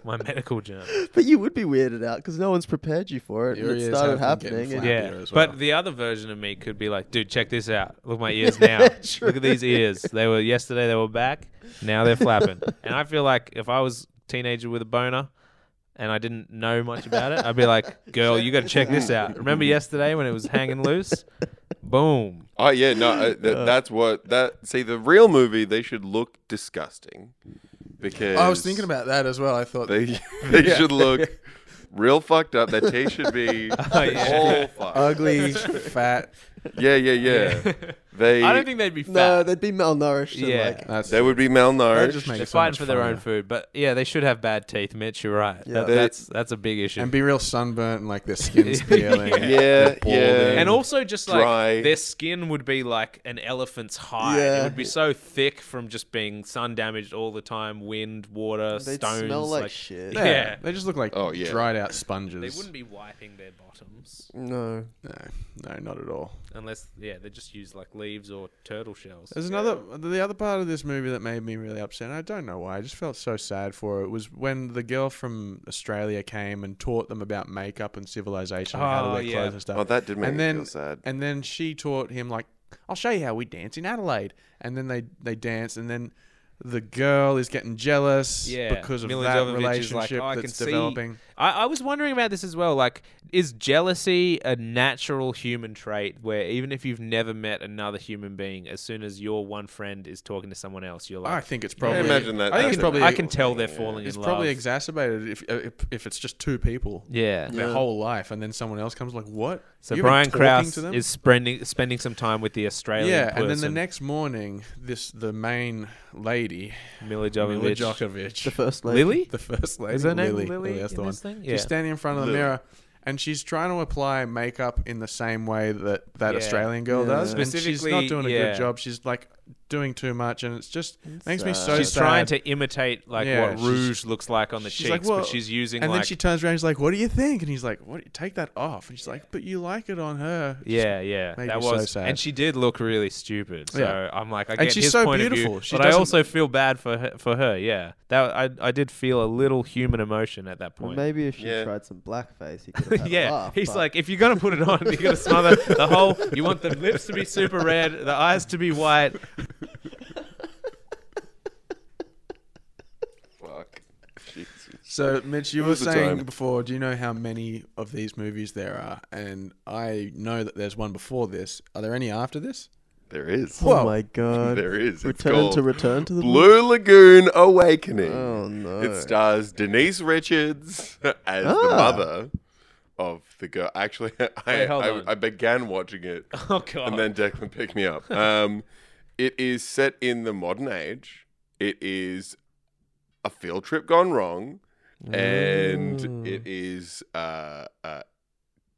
Speaker 1: my medical journal.
Speaker 3: But you would be weirded out because no one's prepared you for it,
Speaker 2: Your
Speaker 3: and it
Speaker 2: ears
Speaker 3: started
Speaker 2: have been getting
Speaker 3: happening. And
Speaker 2: flappier
Speaker 1: Yeah,
Speaker 2: as well.
Speaker 1: but the other version of me could be like, dude, check this out. Look at my ears now. Look at these ears. They were yesterday. They were back. Now they're flapping. and I feel like if I was a teenager with a boner. And I didn't know much about it. I'd be like, "Girl, you got to check this out. Remember yesterday when it was hanging loose? Boom!
Speaker 4: Oh yeah, no, uh, th- that's what that. See, the real movie they should look disgusting because
Speaker 2: I was thinking about that as well. I thought
Speaker 4: they they should look real fucked up. Their teeth should be
Speaker 1: yeah.
Speaker 4: all fucked.
Speaker 2: Oh, ugly, fat.
Speaker 4: yeah, yeah, yeah. They
Speaker 1: I don't think they'd be fat.
Speaker 3: no, they'd be malnourished. and,
Speaker 1: Yeah. uh,
Speaker 3: like,
Speaker 2: That's
Speaker 4: they would be
Speaker 2: that just
Speaker 4: malnourished.
Speaker 2: makes
Speaker 1: They're
Speaker 2: it so
Speaker 1: fighting
Speaker 2: much
Speaker 1: for their own
Speaker 2: funnier.
Speaker 1: food, but yeah, they should have bad teeth, Mitch. You're right.
Speaker 3: Yeah.
Speaker 1: That-
Speaker 4: They-
Speaker 1: that's that's a big issue.
Speaker 2: and be real sunburnt and like their skin's
Speaker 1: Yeah.
Speaker 2: peeling.
Speaker 4: Yeah,
Speaker 2: they're
Speaker 4: yeah.
Speaker 2: balding.
Speaker 1: And also, just like
Speaker 4: Dry.
Speaker 1: their skin would be like an elephant's hide. It
Speaker 3: Yeah.
Speaker 1: would be so thick from just being sun damaged all the time, wind, water,
Speaker 3: They'd
Speaker 1: stones.
Speaker 3: smell like shit.
Speaker 1: Yeah.
Speaker 2: yeah. they just look like
Speaker 4: Oh, yeah.
Speaker 2: dried out sponges.
Speaker 1: They wouldn't be wiping their bottoms
Speaker 3: no,
Speaker 2: No, no, not at all.
Speaker 1: unless, yeah, they just use like leaves or turtle shells.
Speaker 2: There's another the other part of this movie that made me really upset. and I don't know why. I just felt so sad for it. Was when the girl from Australia came and taught them about makeup and civilization, and how to
Speaker 1: Oh,
Speaker 2: wear
Speaker 1: yeah.
Speaker 2: clothes and stuff.
Speaker 4: Oh, that did make
Speaker 2: and
Speaker 4: me
Speaker 2: then
Speaker 4: feel sad.
Speaker 2: and then she taught him like, "I'll show you how we dance in Adelaide." And then they they dance, and then the girl is getting jealous
Speaker 1: Yeah,
Speaker 2: because of
Speaker 1: Mila
Speaker 2: that
Speaker 1: Jovovich is like,
Speaker 2: relationship
Speaker 1: "Oh, I
Speaker 2: that's
Speaker 1: can see-
Speaker 2: developing.
Speaker 1: I, I was wondering about this as well. Like, is jealousy a natural human trait where even if you've never met another human being, as soon as your one friend is talking to someone else, you're
Speaker 2: I
Speaker 1: like,
Speaker 2: think it's probably.
Speaker 4: imagine that
Speaker 2: I think
Speaker 4: that's
Speaker 2: it's probably.
Speaker 1: I can tell they're falling
Speaker 2: It's
Speaker 1: in
Speaker 2: probably
Speaker 1: love.
Speaker 2: exacerbated if, if if it's just two people.
Speaker 1: yeah.
Speaker 2: their
Speaker 3: Yeah.
Speaker 2: whole life, and then someone else comes like, "What?"
Speaker 1: So
Speaker 2: You've been
Speaker 1: Brian
Speaker 2: talking
Speaker 1: Krause
Speaker 2: to them?"
Speaker 1: is spending spending some time with the Australian
Speaker 2: yeah,
Speaker 1: person,
Speaker 2: and then the next morning, this the main lady,
Speaker 1: Mila
Speaker 2: Mila
Speaker 1: Jovovich.
Speaker 2: Djokovic,
Speaker 3: the first lady.
Speaker 1: Lily?
Speaker 2: the first lady,
Speaker 1: Is her name
Speaker 2: Lily,
Speaker 1: Lily
Speaker 2: that's the
Speaker 1: in
Speaker 2: one.
Speaker 1: this something? Yeah.
Speaker 2: She's standing in front of the
Speaker 4: Lily.
Speaker 2: mirror and she's trying to apply makeup in the same way that that
Speaker 1: Yeah.
Speaker 2: Australian girl
Speaker 3: Yeah.
Speaker 2: does. And she's not
Speaker 1: Specifically,
Speaker 2: doing a
Speaker 1: yeah. uh,
Speaker 2: good job. She's like doing too much and it's just
Speaker 3: It's
Speaker 2: makes me
Speaker 3: sad.
Speaker 2: so
Speaker 1: she's
Speaker 2: sad.
Speaker 1: trying to imitate like
Speaker 2: Yeah,
Speaker 1: what
Speaker 2: she's-
Speaker 1: rouge looks like on the
Speaker 2: she's
Speaker 1: cheeks,
Speaker 2: like, "Well,"
Speaker 1: but she's using
Speaker 2: and
Speaker 1: like
Speaker 2: then she turns around and she's like, What do you think? And he's like, What take that off? And she's like, But you like it on her. Just-
Speaker 1: yeah, yeah,
Speaker 2: made
Speaker 1: that
Speaker 2: me so
Speaker 1: was,
Speaker 2: sad.
Speaker 1: and she did look really stupid. So
Speaker 2: Yeah.
Speaker 1: I'm like, I
Speaker 2: And
Speaker 1: get
Speaker 2: she's
Speaker 1: his
Speaker 2: so
Speaker 1: point
Speaker 2: beautiful.
Speaker 1: of view,
Speaker 2: She
Speaker 1: but I
Speaker 2: doesn't-
Speaker 1: also feel bad for her, for her. Yeah, that I I did feel a little human emotion at that
Speaker 3: Well,
Speaker 1: point.
Speaker 3: maybe if she
Speaker 4: Yeah.
Speaker 3: tried some blackface, he could have had
Speaker 1: yeah,
Speaker 3: a laugh,
Speaker 1: he's
Speaker 3: but-
Speaker 1: like, if you're gonna put it on, you're gonna smother the whole. You want the lips to be super red, the eyes to be white.
Speaker 4: Fuck. Jesus.
Speaker 2: So, Mitch, you
Speaker 4: It
Speaker 2: were
Speaker 4: was a
Speaker 2: saying
Speaker 4: time.
Speaker 2: before, do you know how many of these movies there are? And I know that there's one before this. Are there any after this?
Speaker 4: There is.
Speaker 3: oh
Speaker 2: Whoa.
Speaker 3: my god,
Speaker 4: There is. It's
Speaker 3: return to
Speaker 4: called
Speaker 3: return to the
Speaker 4: Blue Lagoon Awakening.
Speaker 3: Oh no,
Speaker 4: It stars Denise Richards as the
Speaker 3: Ah.
Speaker 4: mother of the girl. Actually, I,
Speaker 1: Wait, hold
Speaker 4: I,
Speaker 1: on.
Speaker 4: I began watching it,
Speaker 1: Oh god.
Speaker 4: and then Declan picked me up. Um, it is set in the modern age. It is a field trip gone wrong, and
Speaker 2: Mm.
Speaker 4: it is uh, uh,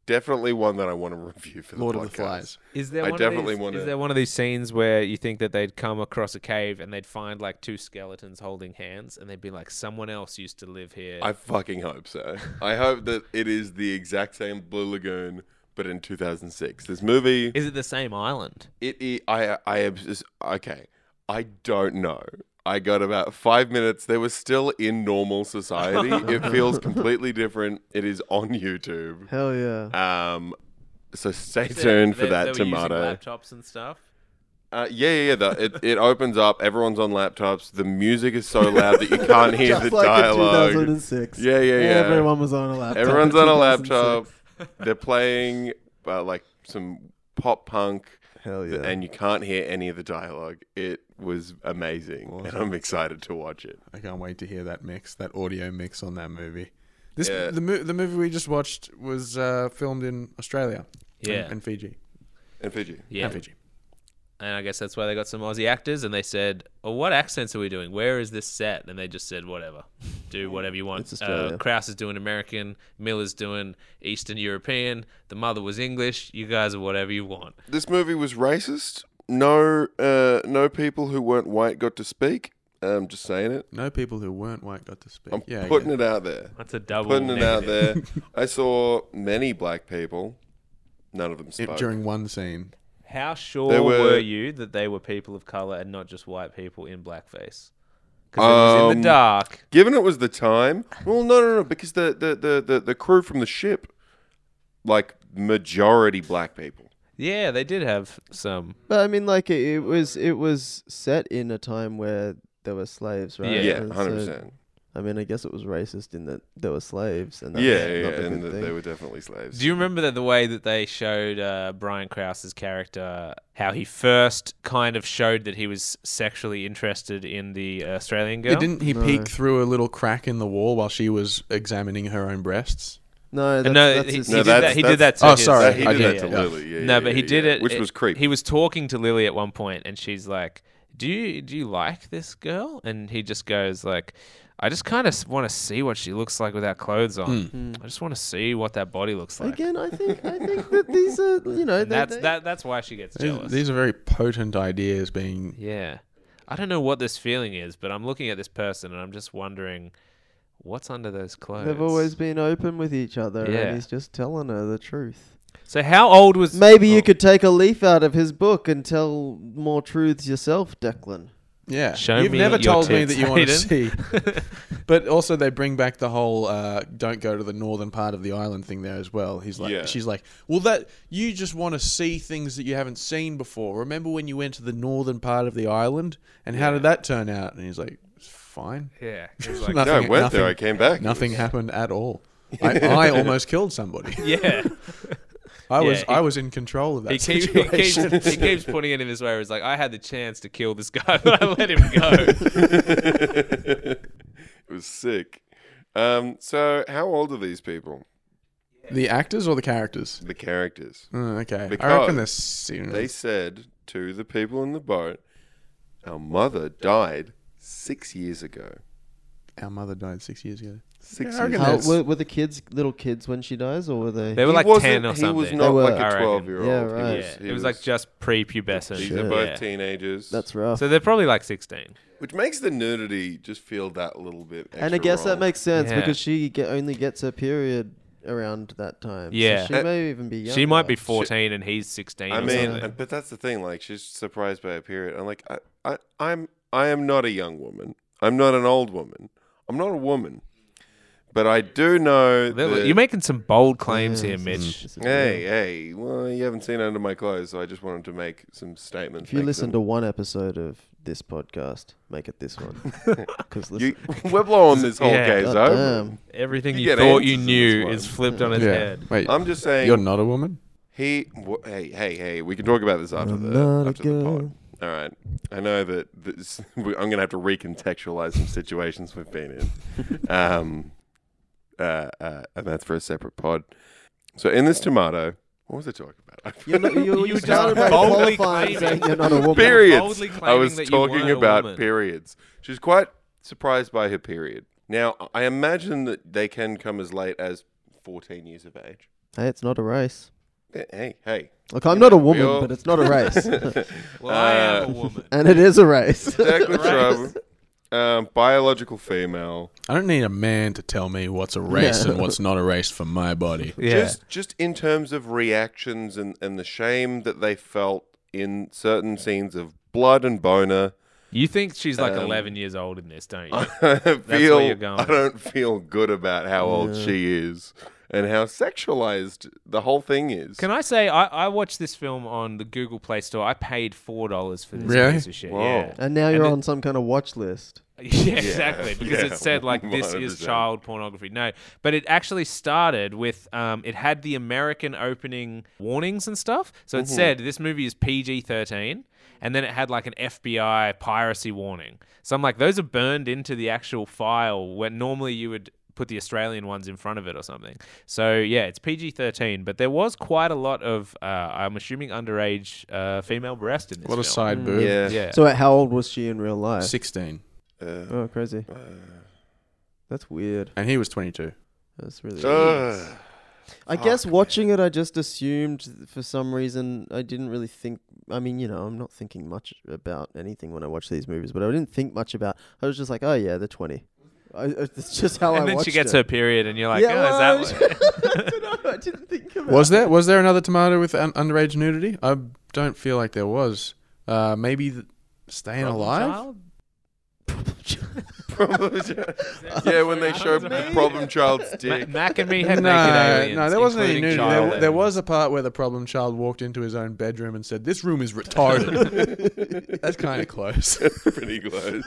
Speaker 4: definitely one that I want to review for the
Speaker 2: Lord of the
Speaker 4: podcast.
Speaker 2: Flies.
Speaker 1: Is there
Speaker 4: I
Speaker 1: one
Speaker 4: definitely
Speaker 1: of these,
Speaker 4: wanna-
Speaker 1: Is there one of these scenes where you think that they'd come across a cave and they'd find like two skeletons holding hands and they'd be like, someone else used to live here.
Speaker 4: I fucking hope so. I hope that it is the exact same Blue Lagoon, but in 2006. This movie,
Speaker 1: is it the same island?
Speaker 4: it, it I, I am just, okay. I don't know. I got about five minutes. They were still in normal society. it feels completely different. It is on YouTube.
Speaker 3: hell yeah.
Speaker 4: Um, so stay
Speaker 1: Is it-
Speaker 4: tuned for
Speaker 1: they-
Speaker 4: that
Speaker 1: they were using
Speaker 4: tomato.
Speaker 1: laptops and stuff.
Speaker 4: Uh, yeah, yeah, yeah. The, it, it opens up. Everyone's on laptops. The music is so loud that you can't hear
Speaker 3: Just
Speaker 4: the
Speaker 3: like in
Speaker 4: dialogue.
Speaker 3: 2006.
Speaker 4: Yeah, yeah, yeah.
Speaker 3: Everyone was on a laptop.
Speaker 4: Everyone's
Speaker 3: in
Speaker 4: on a
Speaker 3: 2006.
Speaker 4: laptop. They're playing uh, like some pop punk,
Speaker 3: Hell yeah.
Speaker 4: and you can't hear any of the dialogue. It was amazing, and I'm excited to watch it.
Speaker 2: I can't wait to hear that mix, that audio mix on that movie. This
Speaker 4: Yeah.
Speaker 2: the mo- the movie we just watched was uh, filmed in Australia, and-
Speaker 1: Yeah.
Speaker 2: and, Fiji,
Speaker 4: And Fiji,
Speaker 1: Yeah.
Speaker 2: and Fiji.
Speaker 1: And I guess that's why they got some Aussie actors and they said, oh, what accents are we doing? Where is this set? And they just said, whatever. Do whatever you want. Uh,
Speaker 3: It's Australia.
Speaker 1: Krauss is doing American. Miller's doing Eastern European. The mother was English. You guys are whatever you want.
Speaker 4: this movie was racist. No, uh, no people who weren't white got to speak. I'm just saying it.
Speaker 2: No people who weren't white got to speak.
Speaker 4: I'm
Speaker 2: yeah,
Speaker 4: putting
Speaker 2: yeah.
Speaker 4: it out there.
Speaker 1: That's a double.
Speaker 4: Putting it out
Speaker 1: negative.
Speaker 4: there. I saw many black people. None of them
Speaker 2: It-
Speaker 4: spoke.
Speaker 2: during one scene.
Speaker 1: How sure
Speaker 4: There
Speaker 1: were,
Speaker 4: were-
Speaker 1: you that they were people of color and not just white people in blackface? Because it was in
Speaker 4: Um,
Speaker 1: the dark.
Speaker 4: Given it was the time, well, no, no, no, because the the the the, the crew from the ship, like majority black people.
Speaker 1: Yeah, they did have some.
Speaker 3: But I mean, like it, it was, it was set in a time where there were slaves, right?
Speaker 1: Yeah.
Speaker 4: Yeah,
Speaker 3: And so-
Speaker 4: hundred percent.
Speaker 3: I mean, I guess it was racist in that there were slaves, and
Speaker 4: Yeah,
Speaker 3: that's
Speaker 4: yeah,
Speaker 3: not a good
Speaker 4: and th-
Speaker 3: thing.
Speaker 4: they were definitely slaves.
Speaker 1: Do you remember that the way that they showed uh, Brian Krause's character, how he first kind of showed that he was sexually interested in the Australian girl?
Speaker 2: It didn't he
Speaker 3: No.
Speaker 2: peek through a little crack in the wall while she was examining her own breasts?
Speaker 3: no, that's,
Speaker 1: no,
Speaker 3: that's
Speaker 1: he,
Speaker 3: his
Speaker 1: he
Speaker 4: No,
Speaker 1: did that.
Speaker 3: sister.
Speaker 1: He
Speaker 4: that's-
Speaker 1: did that. To
Speaker 2: Oh,
Speaker 1: his-
Speaker 2: sorry,
Speaker 4: Uh, he
Speaker 2: I
Speaker 4: did
Speaker 2: did,
Speaker 4: that to
Speaker 2: yeah.
Speaker 4: Lily. Yeah,
Speaker 1: no,
Speaker 4: yeah,
Speaker 1: but he
Speaker 4: yeah,
Speaker 1: did
Speaker 4: yeah.
Speaker 1: it.
Speaker 4: which
Speaker 1: it-
Speaker 4: was creep.
Speaker 1: He was talking to Lily at one point, and she's like, "Do you do you like this girl?" And he just goes like, "I just kind of want to see what she looks like without clothes on. I just want to see what that body looks like."
Speaker 3: Again, I think, I think that these are, you know,
Speaker 1: And
Speaker 3: they,
Speaker 1: that's
Speaker 3: they-
Speaker 1: that. That's why she gets
Speaker 2: These,
Speaker 1: jealous.
Speaker 2: these are very potent ideas being.
Speaker 1: yeah, I don't know what this feeling is, but I'm looking at this person and I'm just wondering, what's under those clothes?
Speaker 3: They've always been open with each other,
Speaker 1: Yeah.
Speaker 3: and he's just telling her the truth.
Speaker 1: So how old was?
Speaker 3: Maybe
Speaker 1: Oh.
Speaker 3: you could take a leaf out of his book and tell more truths yourself, Declan.
Speaker 2: Yeah,
Speaker 1: Show
Speaker 2: you've
Speaker 1: me
Speaker 2: never
Speaker 1: your
Speaker 2: told me
Speaker 1: tits,
Speaker 2: that you want to see.
Speaker 1: Hayden.
Speaker 2: But also, they bring back the whole uh, "don't go to the northern part of the island" thing there as well. He's like,
Speaker 4: Yeah.
Speaker 2: she's like, well, that you just want to see things that you haven't seen before. Remember when you went to the northern part of the island, and how did that turn out? And he's like, it's fine.
Speaker 1: yeah, he's like,
Speaker 4: no, I went there. I came back.
Speaker 2: Nothing happened at all. I, I almost killed somebody.
Speaker 1: yeah.
Speaker 2: I was
Speaker 1: Yeah, he-
Speaker 2: I was in control of that
Speaker 1: He keeps, he,
Speaker 2: situation.
Speaker 1: keeps, he keeps pointing at him this way. Where he's like, I had the chance to kill this guy, but I let him go.
Speaker 4: it was sick. Um, so how old are these people?
Speaker 2: the actors or the characters?
Speaker 4: The characters.
Speaker 2: Mm, okay, I
Speaker 4: Because
Speaker 2: reckon this. You know,
Speaker 4: They said to the people in the boat, "Our mother died six years ago."
Speaker 2: our mother died six years ago.
Speaker 4: Six
Speaker 2: Yeah, I reckon
Speaker 4: years.
Speaker 3: How,
Speaker 2: that's-
Speaker 3: were, were the kids little kids when she dies, or were they?
Speaker 1: They were
Speaker 4: He
Speaker 1: like
Speaker 4: wasn't-
Speaker 1: 10 or something.
Speaker 4: He was not
Speaker 3: were.
Speaker 4: like
Speaker 1: I
Speaker 4: a
Speaker 1: reckon.
Speaker 4: 12 year old.
Speaker 3: Yeah,
Speaker 1: yeah,
Speaker 3: right.
Speaker 4: He was,
Speaker 1: it was, like just prepubescent.
Speaker 4: These
Speaker 3: Shit.
Speaker 4: are both
Speaker 1: Yeah.
Speaker 4: teenagers.
Speaker 3: That's rough.
Speaker 1: So they're probably like 16.
Speaker 4: Which makes the nudity just feel that little bit. Extra
Speaker 3: and I guess that
Speaker 4: wrong.
Speaker 3: makes sense
Speaker 1: Yeah.
Speaker 3: because she get, only gets her period around that time. So
Speaker 1: Yeah.
Speaker 3: she
Speaker 4: Uh,
Speaker 3: may even be. Younger.
Speaker 1: She might be 14 and he's 16.
Speaker 4: I
Speaker 1: or
Speaker 4: mean,
Speaker 1: something.
Speaker 4: and- but that's the thing. Like, she's surprised by a period. I'm like, I, I, I'm, I am not a young woman. I'm not an old woman. I'm not a woman. But I do know that
Speaker 1: You're making some bold claims
Speaker 3: Yeah,
Speaker 1: here,
Speaker 3: it's-
Speaker 4: Mm.
Speaker 1: Mitch.
Speaker 3: it's a-
Speaker 4: Hey, hey. Well, you haven't seen under my clothes, so I just wanted to make some statements.
Speaker 3: If you
Speaker 4: make
Speaker 3: listen to
Speaker 4: some-
Speaker 3: one episode of this podcast, make it this one. Because
Speaker 4: you, we're blowing this whole
Speaker 1: Yeah.
Speaker 4: case over.
Speaker 3: damn,
Speaker 1: Everything
Speaker 4: You
Speaker 1: you,
Speaker 4: get
Speaker 1: thought you
Speaker 4: answers in
Speaker 1: knew
Speaker 4: this
Speaker 1: is
Speaker 4: one. Mm.
Speaker 1: flipped on its
Speaker 2: yeah.
Speaker 1: head.
Speaker 2: Wait,
Speaker 4: I'm just saying.
Speaker 2: you're not a woman.
Speaker 4: He, wh- hey, hey, hey. We can talk about this after
Speaker 3: I'm
Speaker 4: the
Speaker 3: not a
Speaker 4: after the pod.
Speaker 3: girl.
Speaker 4: All right. I know that this, we- I'm going to have to recontextualize some situations we've been in, um, uh, uh, and that's for a separate pod. So in this tomato, what was I talking about?
Speaker 3: you're not, you
Speaker 1: You
Speaker 3: you started
Speaker 1: just
Speaker 3: by
Speaker 1: boldly
Speaker 3: qualifying
Speaker 1: claiming-
Speaker 3: saying you're not a woman.
Speaker 4: periods.
Speaker 1: boldly
Speaker 4: I was
Speaker 1: claiming that you
Speaker 4: talking
Speaker 1: weren't a
Speaker 4: about
Speaker 1: woman.
Speaker 4: periods. She's quite surprised by her period. Now, I imagine that they can come as late as 14 years of age.
Speaker 3: Hey, it's not a race.
Speaker 4: Hey, hey.
Speaker 3: Look, I'm not a woman,
Speaker 4: all-
Speaker 3: but it's not a race,
Speaker 1: Well, I am a
Speaker 4: Uh,
Speaker 1: woman.
Speaker 3: and it is a race.
Speaker 4: Declan Shrub, um, biological female.
Speaker 2: I don't need a man to tell me what's a race
Speaker 3: Yeah.
Speaker 2: and what's not a race for my body.
Speaker 1: Yeah.
Speaker 4: Just, just in terms of reactions and, and the shame that they felt in certain scenes of blood and boner,
Speaker 1: you think she's like
Speaker 4: Um,
Speaker 1: 11 years old in this, don't you?
Speaker 4: I
Speaker 1: where
Speaker 4: feel
Speaker 1: you're going.
Speaker 4: I don't feel good about how old
Speaker 3: Yeah.
Speaker 4: she is and how sexualized the whole thing is.
Speaker 1: Can I say I, I watched this film on the Google Play Store. I paid four dollars for this
Speaker 2: Really?
Speaker 1: piece of shit.
Speaker 4: Whoa.
Speaker 1: Yeah.
Speaker 3: And now you're
Speaker 1: it-
Speaker 3: on some kind of watch list.
Speaker 1: yeah, exactly. Because
Speaker 4: yeah,
Speaker 1: it said like this is
Speaker 4: 100%.
Speaker 1: child pornography. No, but it actually started with um, it had the American opening warnings and stuff. So it said this movie is PG thirteen, and then it had like an FBI piracy warning. So I'm like, those are burned into the actual file where normally you would put the Australian ones in front of it or something. So yeah, it's PG thirteen, but there was quite a lot of uh, I'm assuming underage uh, female breast in this.
Speaker 2: What a
Speaker 1: film.
Speaker 2: side boob.
Speaker 4: Yeah.
Speaker 1: Yeah.
Speaker 3: So, how old was she in real life?
Speaker 2: 16.
Speaker 4: Uh,
Speaker 3: Oh, crazy. That's weird.
Speaker 2: And he was 22.
Speaker 3: That's really. weird.
Speaker 4: Ugh.
Speaker 3: I
Speaker 4: Fuck,
Speaker 3: guess watching it, I just assumed for some reason I didn't really think. I mean, you know, I'm not thinking much about anything when I watch these movies, but I didn't think much about. I was just like, oh yeah, they're 20. I, it's just how I.
Speaker 1: and then she
Speaker 3: watched
Speaker 1: gets
Speaker 3: it.
Speaker 1: her period, and you're like,
Speaker 3: yeah,
Speaker 1: oh,
Speaker 3: well, I
Speaker 1: is
Speaker 3: was-
Speaker 1: that what-
Speaker 3: I don't know. I didn't think about.
Speaker 2: Was
Speaker 3: it.
Speaker 2: there was there another tomato with un- underage nudity? I don't feel like there was. Uh, maybe th- staying
Speaker 1: Problem
Speaker 2: alive.
Speaker 1: child?
Speaker 4: Problem child. uh, yeah, when they show
Speaker 1: Maybe.
Speaker 4: problem child's
Speaker 1: Ma-
Speaker 4: dick.
Speaker 1: Mac and me
Speaker 2: No,
Speaker 1: had naked aliens.
Speaker 2: no, there wasn't any
Speaker 1: including
Speaker 2: nudity.
Speaker 1: child
Speaker 2: There,
Speaker 1: aliens.
Speaker 2: there was a part where the problem child walked into his own bedroom and said, "This room is retarded." That's kind of close.
Speaker 4: Pretty close.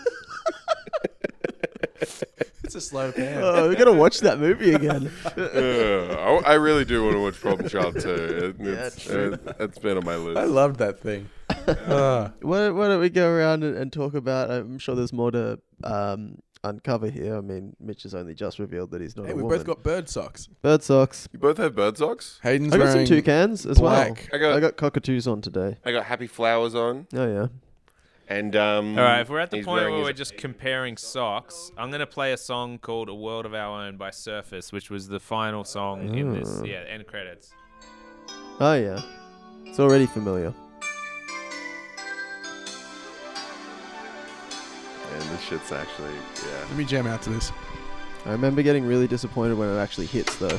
Speaker 2: it's a slow pan.
Speaker 3: Oh, we gotta watch that movie again.
Speaker 4: Ugh. I, I really do want to watch Problem Child too. It, it's,
Speaker 3: true.
Speaker 4: it, has been on my list.
Speaker 2: I loved that thing. Uh,
Speaker 3: Why don't, why don't we go around and, and talk about? I'm sure there's more to um, uncover here. I mean, Mitch has only just revealed that he's not
Speaker 2: hey,
Speaker 3: a
Speaker 2: we
Speaker 3: woman.
Speaker 2: both got bird socks.
Speaker 3: bird socks.
Speaker 4: you both have bird socks.
Speaker 2: Hayden's
Speaker 3: I got some
Speaker 2: wearing
Speaker 3: toucans as
Speaker 2: black.
Speaker 4: I
Speaker 3: well.
Speaker 4: got
Speaker 3: I got cockatoos on today.
Speaker 4: I got happy flowers on,
Speaker 3: Oh yeah.
Speaker 4: and um.
Speaker 1: All right, if we're at the
Speaker 4: he's
Speaker 1: point
Speaker 4: wearing
Speaker 1: where
Speaker 4: his-
Speaker 1: we're just comparing socks, I'm gonna play a song called "A World of Our Own" by Surface, which was the final song in this.
Speaker 2: Mm.
Speaker 3: Oh.
Speaker 1: Yeah, end credits.
Speaker 3: Oh yeah. It's already familiar.
Speaker 4: and this shit's actually yeah.
Speaker 2: Let me jam out to this.
Speaker 3: I remember getting really disappointed when it actually hits though.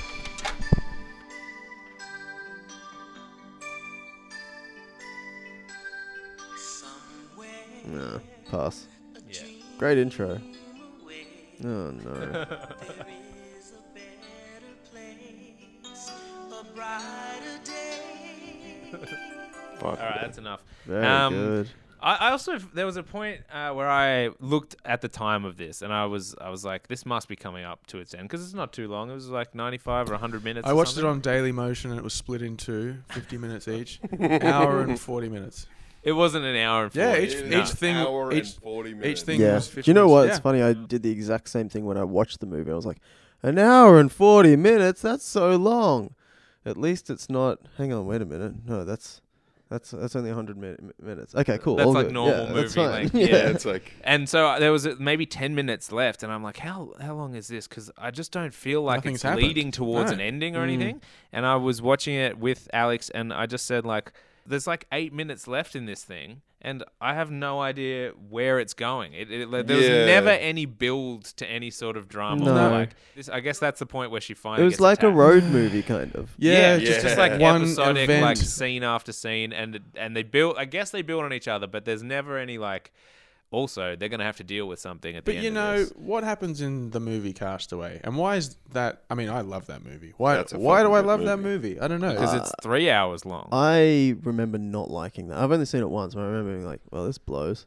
Speaker 3: No, Ah, pass.
Speaker 1: Yeah.
Speaker 3: Great intro. Oh no.
Speaker 1: All right, that's enough.
Speaker 3: Very
Speaker 1: Um,
Speaker 3: good.
Speaker 1: I, I also there was a point uh, where I looked at the time of this, and I was I was like, this must be coming up to its end because it's not too long. It was like 95 or 100 minutes.
Speaker 2: I
Speaker 1: or
Speaker 2: watched it
Speaker 1: something.
Speaker 2: on Daily Motion and it was split in two, 50 minutes each, hour and 40 minutes.
Speaker 1: It wasn't an hour and 40.
Speaker 2: Yeah, each,
Speaker 1: no.
Speaker 2: each thing,
Speaker 4: Hour and
Speaker 2: each,
Speaker 4: 40 minutes.
Speaker 2: each thing
Speaker 3: Yeah.
Speaker 2: was
Speaker 3: Do
Speaker 2: 50
Speaker 3: you know what?
Speaker 2: minutes.
Speaker 3: It's funny. I did the exact same thing when I watched the movie. I was like, an hour and 40 minutes? That's so long. At least it's not. Hang on, wait a minute. No, that's. That's that's only 100 min- minutes. Okay, cool.
Speaker 1: That's
Speaker 3: all
Speaker 1: like
Speaker 3: good.
Speaker 1: normal
Speaker 3: yeah, that's
Speaker 1: movie
Speaker 3: fine.
Speaker 1: length.
Speaker 4: Yeah,
Speaker 3: yeah.
Speaker 4: it's like
Speaker 1: And so uh, there was uh, maybe 10 minutes left, and I'm like, how how long is this? Because I just don't feel like
Speaker 2: Nothing's
Speaker 1: it's
Speaker 2: happened.
Speaker 1: leading towards
Speaker 2: No.
Speaker 1: an ending or
Speaker 3: Mm.
Speaker 1: anything. And I was watching it with Alex, and I just said, like, there's like eight minutes left in this thing, and I have no idea where it's going. It, it, like, there
Speaker 4: Yeah.
Speaker 1: was never any build to any sort of drama.
Speaker 3: No.
Speaker 1: Like, this, I guess that's the point where she finally
Speaker 3: It was
Speaker 1: gets
Speaker 3: like a
Speaker 1: attacked.
Speaker 3: road movie, kind of.
Speaker 2: Yeah,
Speaker 4: Yeah.
Speaker 1: just, just like
Speaker 2: one
Speaker 1: episodic,
Speaker 2: event.
Speaker 1: like scene after scene, and and they build. I guess they build on each other, but there's never any like. Also, they're gonna have to deal with something at
Speaker 2: But
Speaker 1: the end.
Speaker 2: you know
Speaker 1: of this.
Speaker 2: what happens in the movie Castaway, and why is that? I mean, I love that movie. Why?
Speaker 4: That's a
Speaker 2: Why do
Speaker 4: fucking
Speaker 2: I
Speaker 4: good
Speaker 2: love that movie? I don't know.
Speaker 1: because it's three hours long.
Speaker 3: I remember not liking that. I've only seen it once, but I remember being like, well, this blows.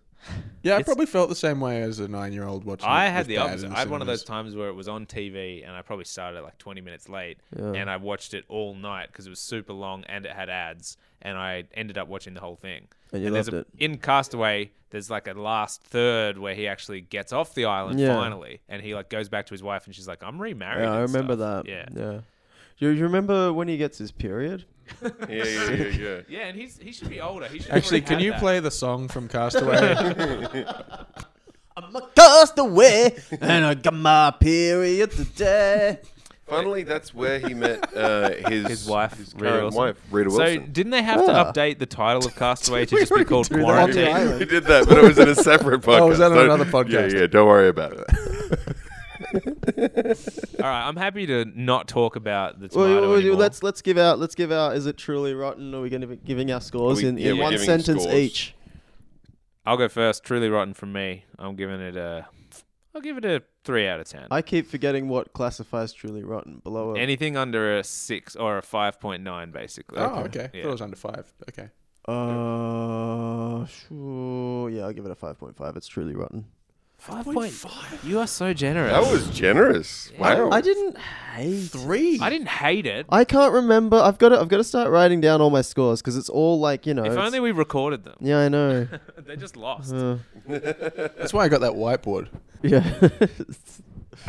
Speaker 2: yeah, I
Speaker 1: it's-
Speaker 2: probably felt the same way as a nine-year-old watching.
Speaker 1: I
Speaker 2: it
Speaker 1: had
Speaker 2: with
Speaker 1: the
Speaker 2: Dad
Speaker 1: opposite.
Speaker 2: in
Speaker 1: I had one of
Speaker 2: cinemas.
Speaker 1: those times where it was on TV, and I probably started like 20 minutes late,
Speaker 3: Yeah.
Speaker 1: and I watched it all night because it was super long and it had ads, and I ended up watching the whole thing.
Speaker 3: And you
Speaker 1: there's
Speaker 3: loved it.
Speaker 1: In Castaway, there's like a last third where he actually gets off the island
Speaker 3: Yeah.
Speaker 1: finally, and he like goes back to his wife, and she's like, "I'm remarried."
Speaker 3: Yeah, I
Speaker 1: and
Speaker 3: remember
Speaker 1: stuff."
Speaker 3: that.
Speaker 1: Yeah.
Speaker 3: Yeah. Do you remember when he gets his period?
Speaker 4: yeah, yeah, yeah, yeah.
Speaker 1: Yeah, and he's he should be older. He should have
Speaker 2: Actually,
Speaker 1: already
Speaker 2: can
Speaker 1: had
Speaker 2: you
Speaker 1: that.
Speaker 2: play the song from Castaway? Oh,
Speaker 3: I'm a castaway, and I got my period today.
Speaker 4: Funnily, that's where he met uh, his
Speaker 1: His wife,
Speaker 4: his
Speaker 1: Rita
Speaker 4: current
Speaker 1: Wilson.
Speaker 4: wife, Rita
Speaker 1: So
Speaker 4: Wilson.
Speaker 1: didn't they have to
Speaker 3: Yeah.
Speaker 1: update the title of Castaway to
Speaker 3: we
Speaker 1: just be
Speaker 3: already
Speaker 1: called
Speaker 3: do that on the
Speaker 1: Quarantine?
Speaker 3: island?
Speaker 4: we did that, but it was in a separate podcast.
Speaker 2: Oh, was that on
Speaker 4: Don't-
Speaker 2: another podcast?
Speaker 4: Yeah, yeah. Don't worry about it.
Speaker 1: All right, I'm happy to not talk about the
Speaker 3: Well,
Speaker 1: tomato
Speaker 3: well,
Speaker 1: anymore.
Speaker 3: let's let's give out let's give out. Is it truly rotten? Are we going to be giving our scores
Speaker 4: We-
Speaker 3: in,
Speaker 4: yeah,
Speaker 3: in
Speaker 4: we're
Speaker 3: one
Speaker 4: giving
Speaker 3: sentence
Speaker 4: scores.
Speaker 3: each?
Speaker 1: I'll go first. Truly rotten from me. I'm giving it a. I'll give it a three out of ten.
Speaker 3: I keep forgetting what classifies truly rotten below. A,
Speaker 1: Anything under a six or a five point nine, basically.
Speaker 2: oh, okay.
Speaker 1: Yeah.
Speaker 2: Thought it was under five. Okay.
Speaker 3: uh, sure. Yeah, I'll give it a five point five. It's truly rotten.
Speaker 1: Five point five. You are so generous.
Speaker 4: That was generous. Wow.
Speaker 3: I didn't hate.
Speaker 2: Three.
Speaker 1: I didn't hate it.
Speaker 3: I can't remember. I've got to. I've got to start writing down all my scores because it's all like you know.
Speaker 1: if
Speaker 3: it's-
Speaker 1: only we recorded them.
Speaker 3: yeah, I know.
Speaker 1: they just lost.
Speaker 3: Uh,
Speaker 2: That's why I got that whiteboard.
Speaker 3: yeah.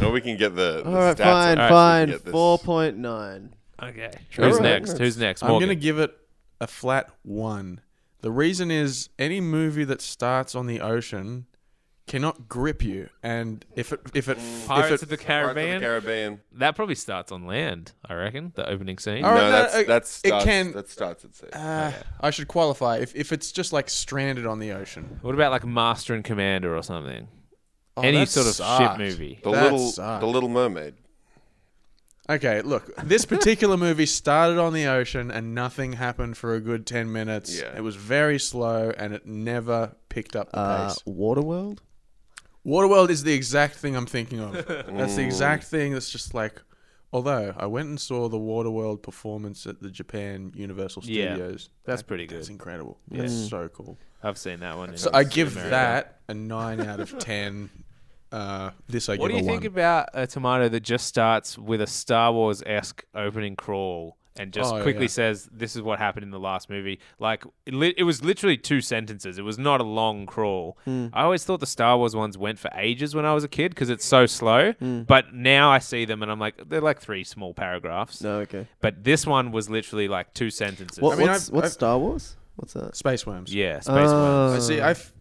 Speaker 4: Or we can get the, the
Speaker 3: all right,
Speaker 4: stats.
Speaker 3: fine,
Speaker 4: up.
Speaker 1: Alright.
Speaker 3: fine.
Speaker 4: We can get this.
Speaker 3: Four point nine.
Speaker 1: Okay.
Speaker 4: All
Speaker 1: Who's
Speaker 4: right.
Speaker 1: next? Who's next?
Speaker 2: I'm
Speaker 1: Morgan.
Speaker 2: gonna give it a flat one. The reason is any movie that starts on the ocean cannot grip you, and if it if it if
Speaker 1: Pirates
Speaker 2: it
Speaker 1: of the
Speaker 4: Pirates of
Speaker 1: Caribbean.
Speaker 4: the Caribbean.
Speaker 1: That probably starts on land. I reckon the opening scene.
Speaker 2: All right,
Speaker 4: no,
Speaker 2: no,
Speaker 4: that's
Speaker 2: uh,
Speaker 4: that
Speaker 2: it
Speaker 4: starts.
Speaker 2: can-
Speaker 4: That starts at sea.
Speaker 2: Uh, I should qualify if, if it's just like stranded on the ocean.
Speaker 1: What about like Master and Commander or something?
Speaker 2: Oh,
Speaker 1: Any
Speaker 2: that
Speaker 1: sort of
Speaker 2: sucked.
Speaker 1: shit movie.
Speaker 4: the
Speaker 2: that
Speaker 4: little
Speaker 2: sucked.
Speaker 4: the Little Mermaid.
Speaker 2: Okay, look, this particular movie started on the ocean and nothing happened for a good 10 minutes.
Speaker 4: Yeah.
Speaker 2: It was very slow and it never picked up the
Speaker 3: Uh,
Speaker 2: pace.
Speaker 3: Waterworld.
Speaker 2: Waterworld is the exact thing I'm thinking of. that's the exact
Speaker 1: Mm.
Speaker 2: thing that's just like. Although I went and saw the Waterworld performance at the Japan Universal
Speaker 1: Yeah.
Speaker 2: Studios.
Speaker 1: That's pretty
Speaker 2: That's
Speaker 1: good.
Speaker 2: incredible. That's so cool.
Speaker 1: I've seen that one. in-
Speaker 2: So I give
Speaker 1: in America.
Speaker 2: that a 9 out of 10. Uh, this I
Speaker 1: What do
Speaker 2: give
Speaker 1: you
Speaker 2: a 1.
Speaker 1: think about a tomato that just starts with a Star Wars esque opening crawl and just
Speaker 2: Oh,
Speaker 1: quickly
Speaker 2: yeah.
Speaker 1: says, "This is what happened in the last movie"? Like it, li- it was literally two sentences. It was not a long crawl. I always thought the Star Wars ones went for ages when I was a kid because it's so slow. But now I see them and I'm like, they're like three small paragraphs.
Speaker 3: No, okay.
Speaker 1: But this one was literally like two sentences.
Speaker 3: What,
Speaker 2: I mean,
Speaker 3: what's
Speaker 2: I've-
Speaker 3: what's
Speaker 2: I've-
Speaker 3: Star Wars? What's that?
Speaker 2: Space Worms.
Speaker 1: Yeah, Space
Speaker 3: Oh.
Speaker 1: Worms.
Speaker 2: I see. I f-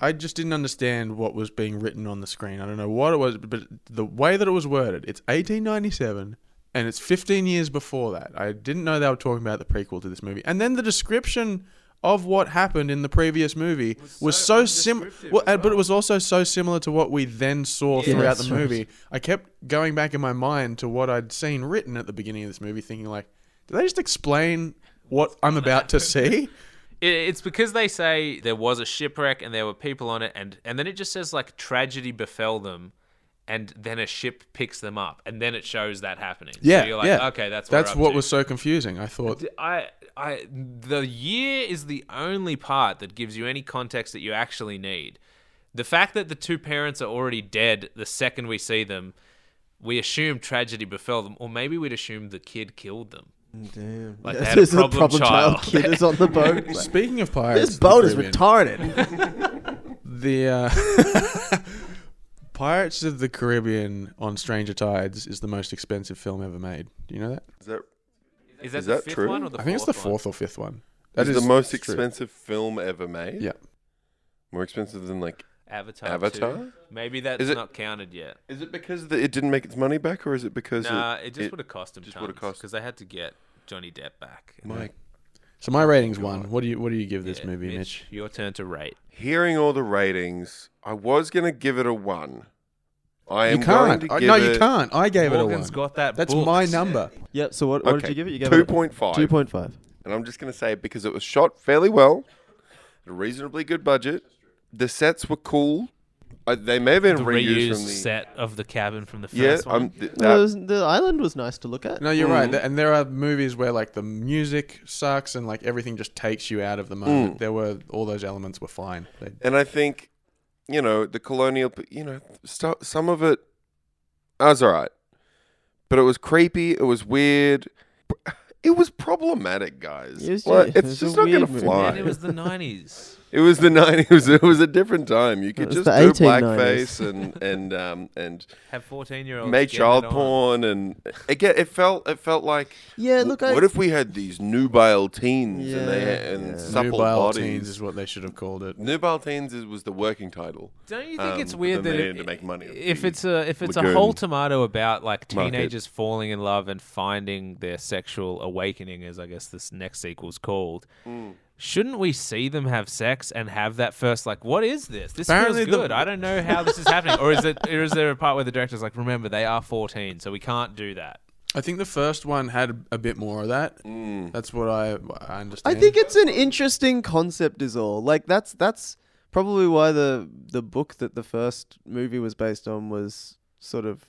Speaker 2: I just didn't understand what was being written on the screen. I don't know what it was, but the way that it was worded, it's 1897 and it's 15 years before that. I didn't know they were talking about the prequel to this movie. And then the description of what happened in the previous movie was, so, similar. Well, uh, but it was also so similar to what we then saw
Speaker 3: Yeah,
Speaker 2: throughout
Speaker 3: that's
Speaker 2: the
Speaker 3: right.
Speaker 2: movie. I kept going back in my mind to what I'd seen written at the beginning of this movie, thinking like, did they just explain what I'm about to see?
Speaker 1: It- It's because they say there was a shipwreck and there were people on it, and and then it just says like tragedy befell them, and then a ship picks them up, and then it shows that happening. So
Speaker 2: Yeah,
Speaker 1: you're like,
Speaker 2: yeah.
Speaker 1: Okay, that's what
Speaker 2: that's
Speaker 1: we're up
Speaker 2: what
Speaker 1: to."
Speaker 2: was so confusing. I thought,
Speaker 1: I I the year is the only part that gives you any context that you actually need. The fact that the two parents are already dead the second we see them, we assume tragedy befell them, or maybe we'd assume the kid killed them.
Speaker 3: Damn.
Speaker 1: Like, they had a
Speaker 3: this is the
Speaker 1: problem child.
Speaker 3: kid is on the boat. Like,
Speaker 2: speaking of pirates,
Speaker 3: this
Speaker 2: of the
Speaker 3: boat is
Speaker 2: Caribbean,
Speaker 3: retarded.
Speaker 2: The uh, Pirates of the Caribbean on Stranger Tides is the most expensive film ever made. Do you know that?
Speaker 4: Is that
Speaker 1: Is that
Speaker 4: Is
Speaker 1: the
Speaker 4: that
Speaker 1: fifth
Speaker 4: true?
Speaker 1: one or the
Speaker 2: I think it's the
Speaker 1: fourth one?
Speaker 2: fourth or fifth one. That
Speaker 4: it's
Speaker 2: is
Speaker 4: the most
Speaker 2: true.
Speaker 4: expensive film ever made.
Speaker 2: Yeah.
Speaker 4: More expensive than like.
Speaker 1: Avatar.
Speaker 4: Avatar?
Speaker 1: 2. Maybe that's
Speaker 4: Is it-
Speaker 1: not counted yet.
Speaker 4: Is it because the, it didn't make its money back, or is it because
Speaker 1: Nah,
Speaker 4: it,
Speaker 1: it just would have cost him
Speaker 4: just
Speaker 1: tons
Speaker 4: would've cost-
Speaker 1: because they had to get Johnny Depp back. And
Speaker 4: Mike,
Speaker 2: So my rating's one. What do you What do you give this
Speaker 1: Oh Yeah,
Speaker 2: movie, Mitch?
Speaker 1: Your turn to rate.
Speaker 4: hearing all the ratings, I was gonna give it a one. I am
Speaker 2: you can't.
Speaker 4: going to
Speaker 3: Uh,
Speaker 2: I-
Speaker 4: give
Speaker 2: no,
Speaker 4: it
Speaker 2: you can't. I gave it a one.
Speaker 1: Morgan's got that.
Speaker 2: That's
Speaker 1: booked.
Speaker 2: my number.
Speaker 3: Yep. So what, what did
Speaker 4: Okay,
Speaker 3: you give it? You gave
Speaker 4: two
Speaker 3: it
Speaker 4: point five.
Speaker 3: two point five.
Speaker 4: and I'm just going to say it because it was shot fairly well, at a reasonably good budget. The sets were cool. Uh, they may have been
Speaker 1: The
Speaker 4: reused
Speaker 1: reused
Speaker 4: from the
Speaker 1: set of the cabin from the
Speaker 4: Yeah,
Speaker 1: first one.
Speaker 4: I'm, th-
Speaker 3: No, it
Speaker 4: that,
Speaker 3: was- the island was nice to look at.
Speaker 2: No, you're right. Th- And there are movies where like the music sucks and like everything just takes you out of the moment. There were all those elements were fine. They,
Speaker 4: and I think you know the colonial. p- You know, stu some of it I was all right, but it was creepy. It was weird. It was problematic, guys.
Speaker 3: It was
Speaker 4: Like,
Speaker 3: ju- it
Speaker 4: it's
Speaker 3: was
Speaker 4: just
Speaker 3: a
Speaker 4: not going
Speaker 3: weird
Speaker 4: to
Speaker 3: movie.
Speaker 4: fly.
Speaker 1: and it was the 90s.
Speaker 4: It was the nineties. It was a different time. You could
Speaker 3: was
Speaker 4: just do
Speaker 3: the 1890s.
Speaker 4: blackface and and um, and
Speaker 1: Have 14 year olds
Speaker 4: make
Speaker 1: getting
Speaker 4: child
Speaker 1: Oh, it on.
Speaker 4: porn and again it felt it felt like
Speaker 3: Yeah,
Speaker 4: w-
Speaker 3: look, I,
Speaker 4: what if we had these nubile teens and they
Speaker 3: Yeah,
Speaker 4: and
Speaker 3: yeah.
Speaker 4: supple
Speaker 2: Nubile
Speaker 4: bodies
Speaker 2: teens is what they should have called it.
Speaker 4: nubile teens is, was the working title
Speaker 1: Don't you think
Speaker 4: Um,
Speaker 1: it's weird
Speaker 4: then
Speaker 1: that
Speaker 4: they
Speaker 1: it,
Speaker 4: need to make money off
Speaker 1: if
Speaker 4: the
Speaker 1: it's a if it's a
Speaker 4: lagoon
Speaker 1: whole tomato about like
Speaker 4: market.
Speaker 1: teenagers falling in love and finding their sexual awakening, as I guess this next sequel's called?
Speaker 4: Mm.
Speaker 1: Shouldn't we see them have sex and have that first like, what is this? This
Speaker 2: Apparently
Speaker 1: feels
Speaker 2: the-
Speaker 1: good. I don't know how this is happening, or is it? Or is there a part where the director's like, remember they are fourteen, so we can't do that?
Speaker 2: I think the first one had a bit more of that. That's what I I
Speaker 3: I
Speaker 2: understand.
Speaker 3: think it's an interesting concept, is all. Like that's that's probably why the the book that the first movie was based on was sort of,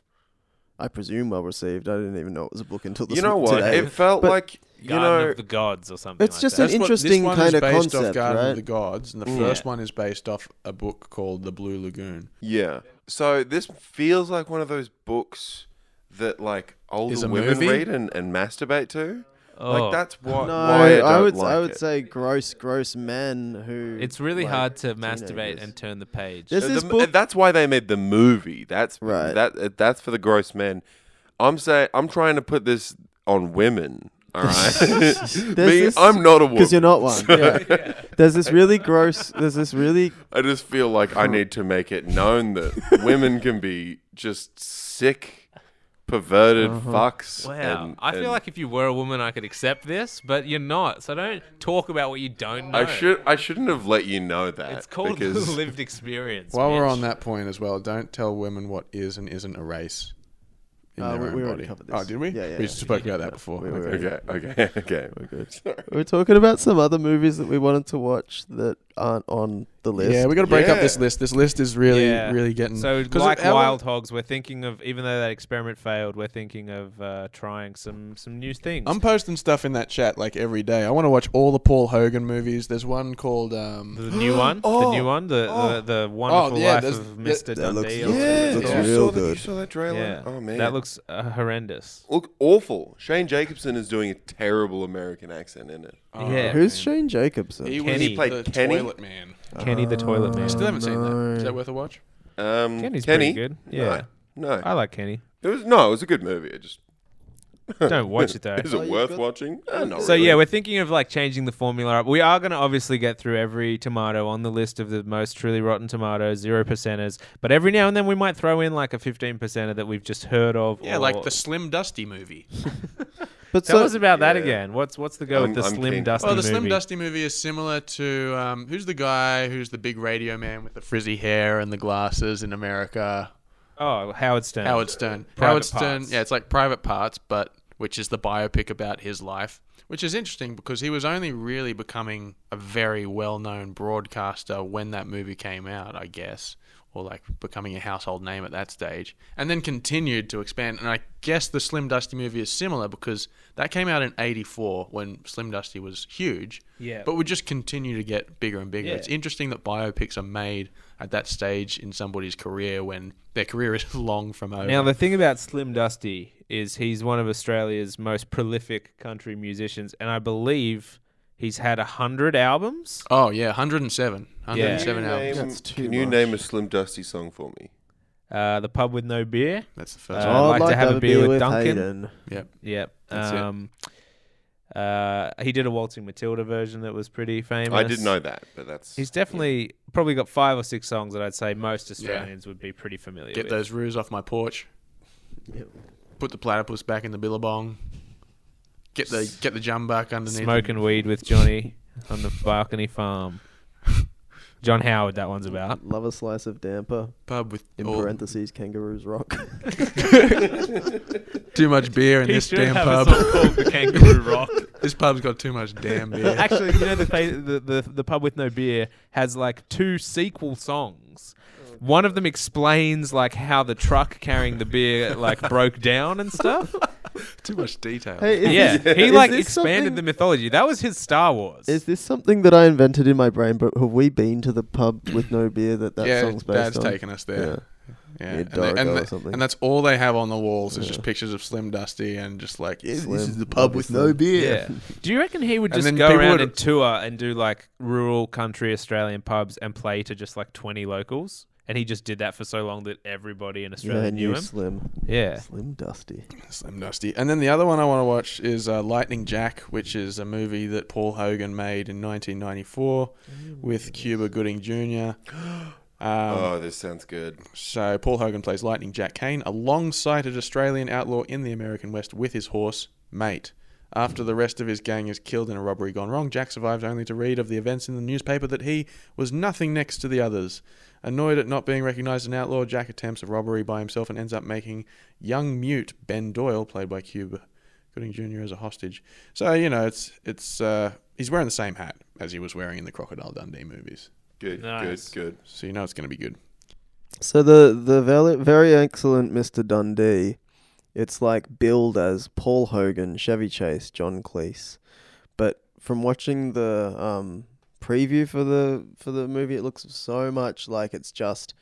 Speaker 3: I presume, well received. I didn't even know it was a book until this
Speaker 4: you know what
Speaker 3: today.
Speaker 4: it felt
Speaker 3: But-
Speaker 4: like you
Speaker 1: Garden
Speaker 4: know
Speaker 1: of the gods or something.
Speaker 3: It's
Speaker 1: like
Speaker 3: just
Speaker 1: that.
Speaker 3: an
Speaker 2: That's what- this
Speaker 3: interesting
Speaker 2: one is
Speaker 3: kinda
Speaker 2: based off
Speaker 3: concept,
Speaker 2: Garden of
Speaker 3: right?
Speaker 2: the Gods, and the
Speaker 1: Mm.
Speaker 2: first
Speaker 1: Yeah.
Speaker 2: one is based off a book called The Blue Lagoon.
Speaker 4: yeah so this feels like one of those books that like
Speaker 2: Is
Speaker 4: older
Speaker 2: a
Speaker 4: women
Speaker 2: movie?
Speaker 4: read and, and masturbate to
Speaker 1: Oh.
Speaker 4: like that's what
Speaker 3: no,
Speaker 4: why I,
Speaker 3: I,
Speaker 4: don't
Speaker 3: would
Speaker 4: like
Speaker 3: I would
Speaker 4: it. Uh,
Speaker 3: say gross, gross men who.
Speaker 1: It's really
Speaker 3: like
Speaker 1: hard to
Speaker 3: teenagers.
Speaker 1: masturbate and turn the page.
Speaker 3: This
Speaker 4: Uh,
Speaker 3: is
Speaker 4: the-
Speaker 3: book-
Speaker 4: That's why they made the movie. That's
Speaker 3: Right.
Speaker 4: That uh, that's for the gross men. I'm saying I'm trying to put this on women. All right, me,
Speaker 3: this-
Speaker 4: I'm not a woman.
Speaker 3: because you're not one. yeah. There's this really gross. There's this really
Speaker 4: I just feel like I need to make it known that women can be just sick, perverted
Speaker 3: Uh-huh.
Speaker 4: fucks.
Speaker 1: Wow.
Speaker 4: and-
Speaker 1: I feel
Speaker 4: and
Speaker 1: like if you were a woman, I could accept this, but you're not. So don't talk about what you don't know.
Speaker 4: I should I shouldn't have let you know that.
Speaker 1: It's called
Speaker 4: because
Speaker 1: lived experience.
Speaker 2: While we're
Speaker 1: bitch.
Speaker 2: on that point as well, don't tell women what is and isn't a race in
Speaker 3: Uh,
Speaker 2: their
Speaker 3: we-
Speaker 2: own
Speaker 3: we already
Speaker 2: body.
Speaker 3: covered
Speaker 2: Oh,
Speaker 3: this.
Speaker 2: did we?
Speaker 3: Yeah, yeah,
Speaker 2: we
Speaker 3: yeah.
Speaker 2: spoke about that before.
Speaker 3: we- we-
Speaker 2: okay.
Speaker 4: Okay, okay, okay. Sorry.
Speaker 3: We're talking about some other movies that we wanted to watch that aren't on the list.
Speaker 2: Yeah, we got to break up this
Speaker 4: Yeah.
Speaker 2: list. This list is really,
Speaker 1: Yeah.
Speaker 2: really getting
Speaker 1: So,
Speaker 2: 'cause
Speaker 1: like
Speaker 2: of our-
Speaker 1: Wild Hogs, we're thinking of, even though that experiment failed, we're thinking of uh, trying some, some new things.
Speaker 2: I'm posting stuff in that chat like every day. I want to watch all the Paul Hogan movies. There's one called um,
Speaker 1: the new one,
Speaker 4: Oh,
Speaker 1: the new one, the, the,
Speaker 4: oh.
Speaker 1: the wonderful
Speaker 2: yeah,
Speaker 1: life
Speaker 2: there's-
Speaker 1: of
Speaker 2: yeah,
Speaker 1: Mr.
Speaker 3: that looks-
Speaker 1: Dundee. or
Speaker 3: yeah,
Speaker 1: whatever
Speaker 4: Yeah,
Speaker 1: it's
Speaker 3: looks
Speaker 4: you
Speaker 1: called.
Speaker 3: real
Speaker 4: saw The, you
Speaker 3: good.
Speaker 4: saw that trailer?
Speaker 1: Yeah.
Speaker 4: Oh man,
Speaker 1: That looks uh, horrendous.
Speaker 4: look awful. Shane Jacobson is doing a terrible American accent in it.
Speaker 2: uh,
Speaker 1: yeah.
Speaker 3: Who's Shane Jacobson?
Speaker 2: He
Speaker 1: Kenny.
Speaker 2: was
Speaker 1: He
Speaker 4: played
Speaker 2: the
Speaker 4: Kenny?
Speaker 2: toilet man.
Speaker 4: Uh,
Speaker 1: Kenny the Toilet Man.
Speaker 2: I still haven't seen that. Is
Speaker 3: no.
Speaker 2: that worth a watch?
Speaker 4: Um,
Speaker 1: Kenny's
Speaker 4: Kenny,
Speaker 1: pretty good.
Speaker 4: No,
Speaker 1: Yeah.
Speaker 4: no,
Speaker 1: I like Kenny.
Speaker 4: it was no, it was a good movie. It just
Speaker 1: Don't watch it though.
Speaker 4: is
Speaker 3: Oh,
Speaker 4: it
Speaker 3: you've
Speaker 4: worth
Speaker 3: got-
Speaker 4: watching? Uh, not
Speaker 1: So
Speaker 4: really.
Speaker 1: yeah, we're thinking of like changing the formula up. We are going to obviously get through every tomato on the list of the most truly rotten tomatoes, zero percenters. But every now and then we might throw in like a fifteen percenter that we've just heard of.
Speaker 2: Yeah,
Speaker 1: or-
Speaker 2: like the Slim Dusty movie.
Speaker 3: But
Speaker 1: Tell
Speaker 3: so,
Speaker 1: us about that
Speaker 4: Yeah.
Speaker 1: again. What's what's the go
Speaker 4: I'm-
Speaker 1: with the
Speaker 4: I'm
Speaker 1: Slim
Speaker 4: keen.
Speaker 1: Dusty
Speaker 2: Well, Oh, the
Speaker 1: movie?
Speaker 2: Slim Dusty movie is similar to um, who's the guy who's the big radio man with the frizzy hair and the glasses in America?
Speaker 1: Oh, Howard Stern.
Speaker 2: Howard Stern.
Speaker 1: Private
Speaker 2: Howard Stern.
Speaker 1: Parts.
Speaker 2: Yeah, it's like Private Parts, but which is the biopic about his life, which is interesting because he was only really becoming a very well-known broadcaster when that movie came out, I guess, or like becoming a household name at that stage, and then continued to expand. And I guess the Slim Dusty movie is similar because that came out in '84 when Slim Dusty was huge.
Speaker 1: Yeah.
Speaker 2: But would just continue to get bigger and bigger.
Speaker 1: Yeah.
Speaker 2: It's interesting that biopics are made at that stage in somebody's career when their career is long from over.
Speaker 1: Now the thing about Slim Dusty is he's one of Australia's most prolific country musicians, and I believe he's had a hundred albums.
Speaker 2: oh yeah, 107, 107
Speaker 4: Can you
Speaker 2: albums.
Speaker 4: name-
Speaker 3: That's too
Speaker 4: Can you
Speaker 3: much.
Speaker 4: name a Slim Dusty song for me?
Speaker 1: Uh, the pub with no beer.
Speaker 2: That's the
Speaker 1: Uh,
Speaker 2: first
Speaker 1: I'd
Speaker 2: one.
Speaker 1: like to have a beer with Duncan.
Speaker 3: Hayden.
Speaker 2: Yep.
Speaker 1: Yep.
Speaker 2: That's it.
Speaker 1: um, Uh, he did a Waltzing Matilda version that was pretty famous.
Speaker 4: I did know that, but that's
Speaker 1: He's definitely probably got five or six songs that I'd say most Australians would be pretty familiar
Speaker 2: Get
Speaker 1: with.
Speaker 2: those roos off my porch.
Speaker 3: Yep.
Speaker 2: Put the platypus back in the billabong. Get the get the jumbuck underneath. the-
Speaker 1: Smoking weed with Johnny on the balcony farm. John Howard, that one's about.
Speaker 3: Love a slice of damper.
Speaker 2: pub with
Speaker 3: In
Speaker 2: all-
Speaker 3: parentheses, kangaroos rock.
Speaker 2: too much beer in
Speaker 1: He
Speaker 2: this
Speaker 1: should
Speaker 2: damn
Speaker 1: have a
Speaker 2: pub.
Speaker 1: song called The Kangaroo Rock.
Speaker 2: this pub's got too much damn beer.
Speaker 1: Actually, you know the, fa- the the the pub with no beer has like two sequel songs. One of them explains like how the truck carrying the beer like broke down and stuff.
Speaker 2: too much detail.
Speaker 3: Hey, is
Speaker 1: Yeah,
Speaker 3: this-
Speaker 1: he
Speaker 3: is
Speaker 1: like
Speaker 3: this
Speaker 1: expanded
Speaker 3: something-
Speaker 1: the mythology. That was his Star Wars.
Speaker 3: Is this something that I invented in my brain? But have we been to the pub with no beer that that
Speaker 2: yeah,
Speaker 3: song's based
Speaker 2: Dad's
Speaker 3: on?
Speaker 2: taken us there. Yeah,
Speaker 3: Near
Speaker 2: And, they- and
Speaker 3: Dorrigo or
Speaker 2: they-
Speaker 3: something.
Speaker 2: and that's all they have on the walls is just pictures of Slim Dusty and just like "Yeah,
Speaker 3: Slim,
Speaker 2: this is the pub with no
Speaker 3: obviously.
Speaker 2: beer.
Speaker 1: yeah. Do you reckon he would
Speaker 2: And
Speaker 1: just
Speaker 2: then
Speaker 1: go
Speaker 2: people
Speaker 1: around
Speaker 2: would-
Speaker 1: and tour and do like rural country Australian pubs and play to just like twenty locals? And he just did that for so long that everybody in
Speaker 3: Yeah,
Speaker 1: Australia
Speaker 3: I
Speaker 1: knew
Speaker 3: knew
Speaker 1: him.
Speaker 3: Slim.
Speaker 1: Yeah.
Speaker 3: Slim Dusty.
Speaker 2: Slim Dusty. And then the other one I want to watch is uh, Lightning Jack, which is a movie that Paul Hogan made in 1994 with Cuba Gooding Jr. Um,
Speaker 4: Oh, this sounds good.
Speaker 2: So Paul Hogan plays Lightning Jack Kane, a long-sighted Australian outlaw in the American West with his horse, Mate. After the rest of his gang is killed in a robbery gone wrong, Jack survives only to read of the events in the newspaper that he was nothing next to the others. Annoyed at not being recognized as an outlaw, Jack attempts a robbery by himself and ends up making young mute Ben Doyle, played by Cuba Gooding Jr., as a hostage. So you know, it's it's uh, he's wearing the same hat as he was wearing in the Crocodile Dundee movies.
Speaker 4: Good,
Speaker 1: Nice.
Speaker 4: good,
Speaker 2: So you know it's going to be good.
Speaker 3: So the the very, very excellent Mr. Dundee, it's like billed as Paul Hogan, Chevy Chase, John Cleese, but from watching the um, preview for the for the movie, it looks so much like it's just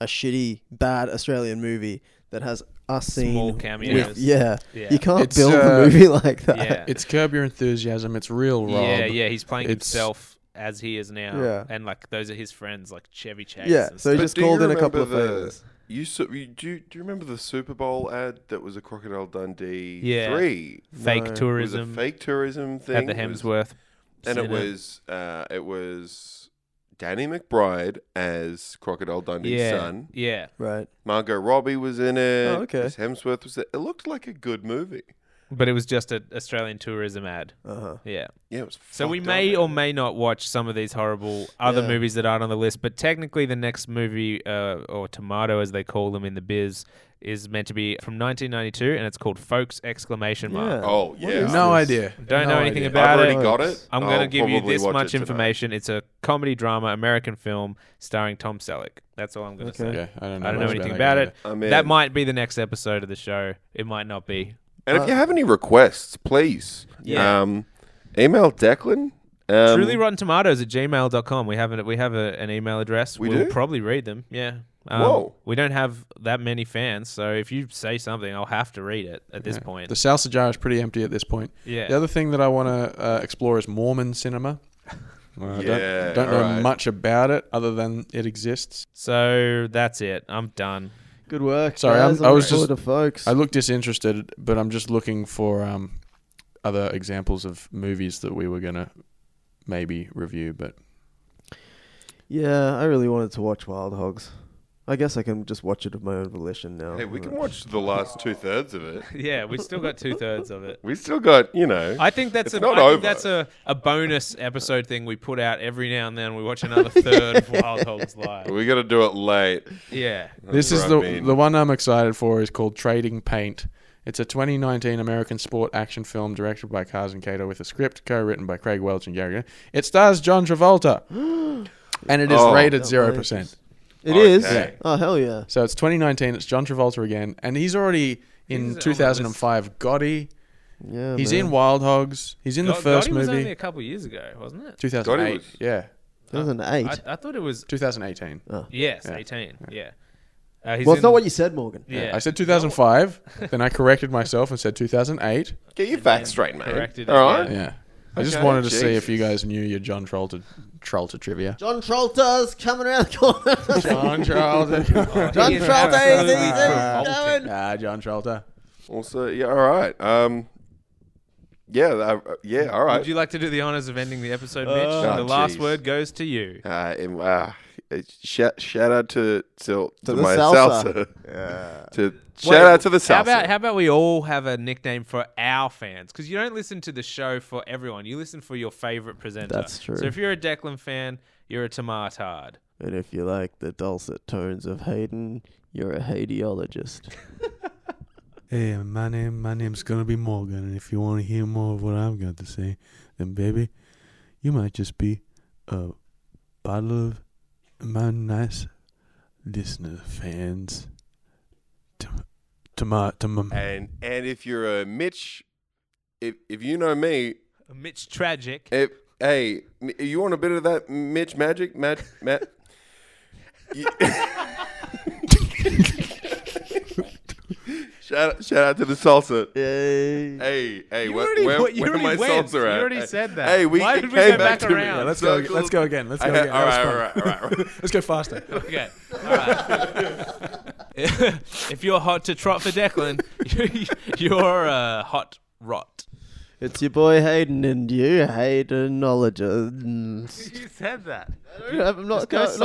Speaker 3: a shitty, bad Australian movie that has us seen
Speaker 1: Small
Speaker 3: with-
Speaker 1: cameos.
Speaker 3: yeah,
Speaker 1: Yeah.
Speaker 3: you can't
Speaker 2: It's,
Speaker 3: build
Speaker 2: uh,
Speaker 3: a movie like that.
Speaker 1: yeah.
Speaker 2: It's Curb Your Enthusiasm. It's real, Rob.
Speaker 1: Yeah, yeah, he's playing
Speaker 2: It's-
Speaker 1: himself as he is now.
Speaker 3: Yeah.
Speaker 1: And like those are his friends, like Chevy Chase.
Speaker 3: Yeah,
Speaker 1: and
Speaker 3: so
Speaker 1: stuff.
Speaker 3: he
Speaker 4: But
Speaker 3: just
Speaker 4: do you
Speaker 3: called in a
Speaker 4: remember
Speaker 3: couple of
Speaker 4: the-
Speaker 3: favors.
Speaker 4: You, su- you do, you- do you remember the Super Bowl ad that was a Crocodile Dundee
Speaker 1: Yeah.
Speaker 4: three?
Speaker 1: fake
Speaker 3: No.
Speaker 4: It was a
Speaker 1: tourism
Speaker 4: fake tourism thing.
Speaker 1: at the
Speaker 4: It was-
Speaker 1: Hemsworth.
Speaker 4: and it
Speaker 1: Cinema.
Speaker 4: was uh, it was Danny McBride as Crocodile Dundee's
Speaker 1: yeah,
Speaker 4: son.
Speaker 1: yeah.
Speaker 3: Right.
Speaker 4: Margot Robbie was in it.
Speaker 3: Oh, okay.
Speaker 4: Chris Hemsworth was. There. It looked like a good movie.
Speaker 1: But it was just an Australian tourism ad.
Speaker 3: Uh huh.
Speaker 1: Yeah.
Speaker 4: Yeah, it was.
Speaker 1: So we
Speaker 4: fucked
Speaker 1: may
Speaker 4: up,
Speaker 1: or
Speaker 4: man.
Speaker 1: may not watch some of these horrible other
Speaker 3: Yeah.
Speaker 1: movies that aren't on the list, but technically the next movie, uh, or Tomato as they call them in the biz, is meant to be from 1992, and it's called Folks! Exclamation mark.
Speaker 3: Yeah.
Speaker 4: Oh
Speaker 3: What
Speaker 4: yeah,
Speaker 3: is
Speaker 2: No
Speaker 3: this?
Speaker 2: idea.
Speaker 1: Don't
Speaker 2: No
Speaker 1: know anything
Speaker 2: idea.
Speaker 1: about
Speaker 4: I've already
Speaker 1: it.
Speaker 4: got it.
Speaker 1: I'm
Speaker 4: I'll
Speaker 1: going to give you
Speaker 4: probably
Speaker 1: this
Speaker 4: watch it
Speaker 1: much
Speaker 4: tonight.
Speaker 1: information. It's a comedy drama, American film starring Tom Selleck. That's all I'm going to
Speaker 3: Okay.
Speaker 1: say.
Speaker 2: Yeah, I don't know,
Speaker 1: I don't know
Speaker 2: much
Speaker 1: anything
Speaker 2: that
Speaker 1: about
Speaker 2: either.
Speaker 1: it.
Speaker 4: I'm
Speaker 1: That
Speaker 4: in.
Speaker 1: might be the next episode of the show. It might not be.
Speaker 4: And if you have any requests, please
Speaker 1: Uh, Yeah.
Speaker 4: um, email Declan. Um,
Speaker 1: Truly Rotten Tomatoes at gmail.com. We have, an, we have a, an email address.
Speaker 4: We
Speaker 1: will
Speaker 4: do?
Speaker 1: probably read them. Yeah. Um,
Speaker 4: Whoa.
Speaker 1: We don't have that many fans, so if you say something, I'll have to read it at this
Speaker 2: Yeah.
Speaker 1: point.
Speaker 2: The salsa jar is pretty empty at this point.
Speaker 1: yeah.
Speaker 2: The other thing that I want to uh, explore is Mormon cinema. Well, I
Speaker 4: Yeah,
Speaker 2: don't, don't know
Speaker 4: alright.
Speaker 2: much about it other than it exists.
Speaker 1: so that's it. I'm done.
Speaker 3: Good work.
Speaker 2: Sorry,
Speaker 3: guys.
Speaker 2: I'm- I
Speaker 3: I'm
Speaker 2: was
Speaker 3: looking
Speaker 2: just-
Speaker 3: forward to folks.
Speaker 2: I look disinterested, but I'm just looking for um, other examples of movies that we were going to maybe review. But
Speaker 3: Yeah, I really wanted to watch Wild Hogs. I guess I can just watch it of my own volition now.
Speaker 4: Hey, we can watch the last two thirds of it.
Speaker 1: yeah, we still got two thirds of it.
Speaker 4: We still got you know.
Speaker 1: I think that's
Speaker 4: It's
Speaker 1: a,
Speaker 4: not
Speaker 1: I
Speaker 4: over.
Speaker 1: think that's a, a bonus episode thing we put out every now and then. We watch another third of Wild Hogs Live.
Speaker 4: we got to do it late.
Speaker 1: Yeah.
Speaker 2: this
Speaker 4: That's
Speaker 2: is the
Speaker 4: what I mean.
Speaker 2: the one I'm excited for is called Trading Paint. It's a 2019 American sport action film directed by Carson Cato with a script co-written by Craig Welch and Gary. Glitter. It stars John Travolta, and it is
Speaker 4: Oh.
Speaker 2: rated
Speaker 3: Outrageous.
Speaker 2: zero percent.
Speaker 3: It is.
Speaker 4: Okay.
Speaker 3: Oh hell yeah!
Speaker 2: So it's 2019. It's John Travolta again, and he's already in
Speaker 1: He's on the
Speaker 2: 2005 Gotti.
Speaker 3: Yeah,
Speaker 2: He's
Speaker 3: man.
Speaker 2: in Wild Hogs. He's in the first
Speaker 1: Gotti was only
Speaker 2: movie.
Speaker 1: a couple years ago, wasn't it?
Speaker 2: 2008.
Speaker 4: Gotti was-
Speaker 2: Yeah,
Speaker 3: That was an eight.
Speaker 1: I, I thought it was
Speaker 2: 2018.
Speaker 1: yes,
Speaker 2: Yeah.
Speaker 1: 18. Yeah. Uh, he's
Speaker 3: well, it's
Speaker 1: in-
Speaker 3: not what you said, Morgan.
Speaker 1: Yeah.
Speaker 2: I said 2005. then I corrected myself and said 2008.
Speaker 4: Get your facts straight, mate.
Speaker 1: corrected it,
Speaker 4: All right.
Speaker 2: Yeah. I just
Speaker 4: Okay,
Speaker 2: wanted to see if
Speaker 4: Jesus.
Speaker 2: you guys knew your John Travolta, Travolta trivia.
Speaker 3: John Travolta's coming around the corner.
Speaker 2: John Travolta.
Speaker 3: John
Speaker 1: is
Speaker 3: Travolta is
Speaker 1: absolutely
Speaker 3: he's going.
Speaker 2: ah, John Travolta.
Speaker 4: Also, yeah. All right. Um, Yeah, uh, yeah. All right.
Speaker 1: Would you like to do the honors of ending the episode, Mitch?
Speaker 4: Oh,
Speaker 1: the last
Speaker 4: jeez.
Speaker 1: word goes to you.
Speaker 4: Uh, and, uh, shout, shout out to to, to,
Speaker 3: the
Speaker 4: my
Speaker 3: salsa.
Speaker 4: salsa. to shout
Speaker 1: Wait,
Speaker 4: out to the salsa.
Speaker 1: How about how about we all have a nickname for our fans? Because you don't listen to the show for everyone. You listen for your favorite
Speaker 2: uh,
Speaker 1: presenter.
Speaker 3: That's true.
Speaker 1: So if you're a Declan fan, you're a Tomatard.
Speaker 3: And if you like the dulcet tones of Hayden, you're a Hadeologist.
Speaker 2: Hey, my name my name's gonna be Morgan, and if you want to hear more of what I've got to say, then baby, you might just be a bottle of my nice listener fans. Tom, tom, tom,
Speaker 4: and and if you're a Mitch, if if you know me,
Speaker 1: Mitch Tragic.
Speaker 4: if hey, m- you want a bit of that Mitch magic, Matt, Matt. shout shout out to the salsa.
Speaker 3: Yay.
Speaker 4: Hey, hey,
Speaker 1: You
Speaker 4: where,
Speaker 1: already-
Speaker 4: where,
Speaker 1: you
Speaker 4: where
Speaker 1: already
Speaker 4: my
Speaker 1: went.
Speaker 4: salsa
Speaker 1: You
Speaker 4: at?
Speaker 1: already
Speaker 4: Hey,
Speaker 1: said that.
Speaker 4: Hey, we
Speaker 1: Why
Speaker 4: it
Speaker 1: did we
Speaker 4: came
Speaker 1: go back
Speaker 4: back, to me.
Speaker 1: around? Yeah,
Speaker 2: let's
Speaker 1: let's
Speaker 2: go.
Speaker 4: cool.
Speaker 2: Let's go again. Let's go.
Speaker 4: Okay,
Speaker 2: Again.
Speaker 4: all right, all right, all right, all right.
Speaker 2: Let's go faster.
Speaker 1: Okay. All right. if you're hot to trot for Declan, you're a hot rot.
Speaker 3: It's your boy Hayden and you Haydenologist.
Speaker 1: You said that.
Speaker 3: I'm not,
Speaker 1: go
Speaker 3: go, not fast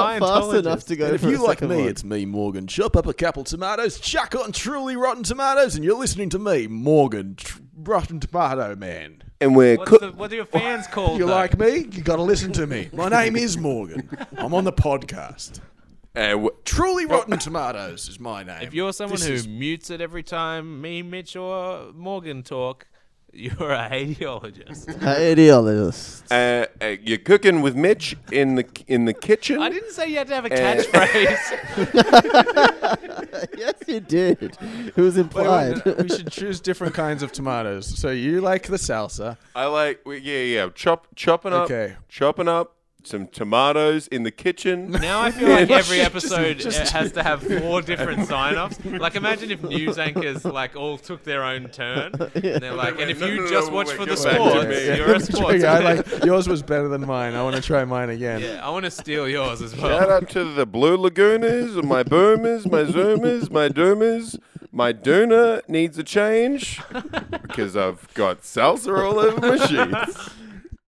Speaker 1: Scientologist.
Speaker 3: enough to go
Speaker 2: And if
Speaker 3: for
Speaker 2: you
Speaker 3: a
Speaker 2: like
Speaker 3: second
Speaker 2: me,
Speaker 3: one.
Speaker 2: it's me, Morgan. Chop up a couple tomatoes, chuck on truly rotten tomatoes, and you're listening to me, Morgan, tr- rotten tomato man.
Speaker 4: And we're
Speaker 1: What's
Speaker 4: cook-
Speaker 1: the, what are your fans called?
Speaker 2: You
Speaker 1: though?
Speaker 2: like me? You got to listen to me. My name is Morgan. I'm on the podcast.
Speaker 4: and w-
Speaker 2: Truly rotten tomatoes is my name.
Speaker 1: If you're someone
Speaker 2: This
Speaker 1: who
Speaker 2: is-
Speaker 1: mutes it every time me, Mitch, or Morgan talk, you're a hateologist.
Speaker 3: Hadeologist.
Speaker 4: uh, uh, you're cooking with Mitch in the in the kitchen.
Speaker 1: I didn't say you had to have a
Speaker 4: Eh.
Speaker 1: catchphrase.
Speaker 3: yes, you did. It was implied.
Speaker 2: we should choose different kinds of tomatoes. So you like the salsa?
Speaker 4: I like we- yeah yeah chop
Speaker 1: Uh,
Speaker 4: chopping up
Speaker 2: Okay.
Speaker 4: chopping up some tomatoes in the kitchen.
Speaker 1: now I feel like every
Speaker 2: Just-
Speaker 1: episode
Speaker 2: just-
Speaker 1: uh, has to have four different sign-offs. Like imagine if news anchors like all took their own turn, and they're like, and if
Speaker 4: no,
Speaker 1: you
Speaker 4: no, no,
Speaker 1: just
Speaker 4: wait,
Speaker 1: watch
Speaker 4: wait,
Speaker 1: for
Speaker 4: go
Speaker 1: the
Speaker 4: back to
Speaker 1: sports,
Speaker 4: me.
Speaker 1: you're a sports.
Speaker 2: Okay, I
Speaker 1: fan."
Speaker 2: like yours was better than mine. I want to try mine again.
Speaker 1: yeah, I want to steal yours as
Speaker 4: Shout
Speaker 1: well.
Speaker 4: out to the Blue Lagooners, my Boomers, my Zoomers, my Doomers. My Duna needs a change because I've got salsa all over my sheets.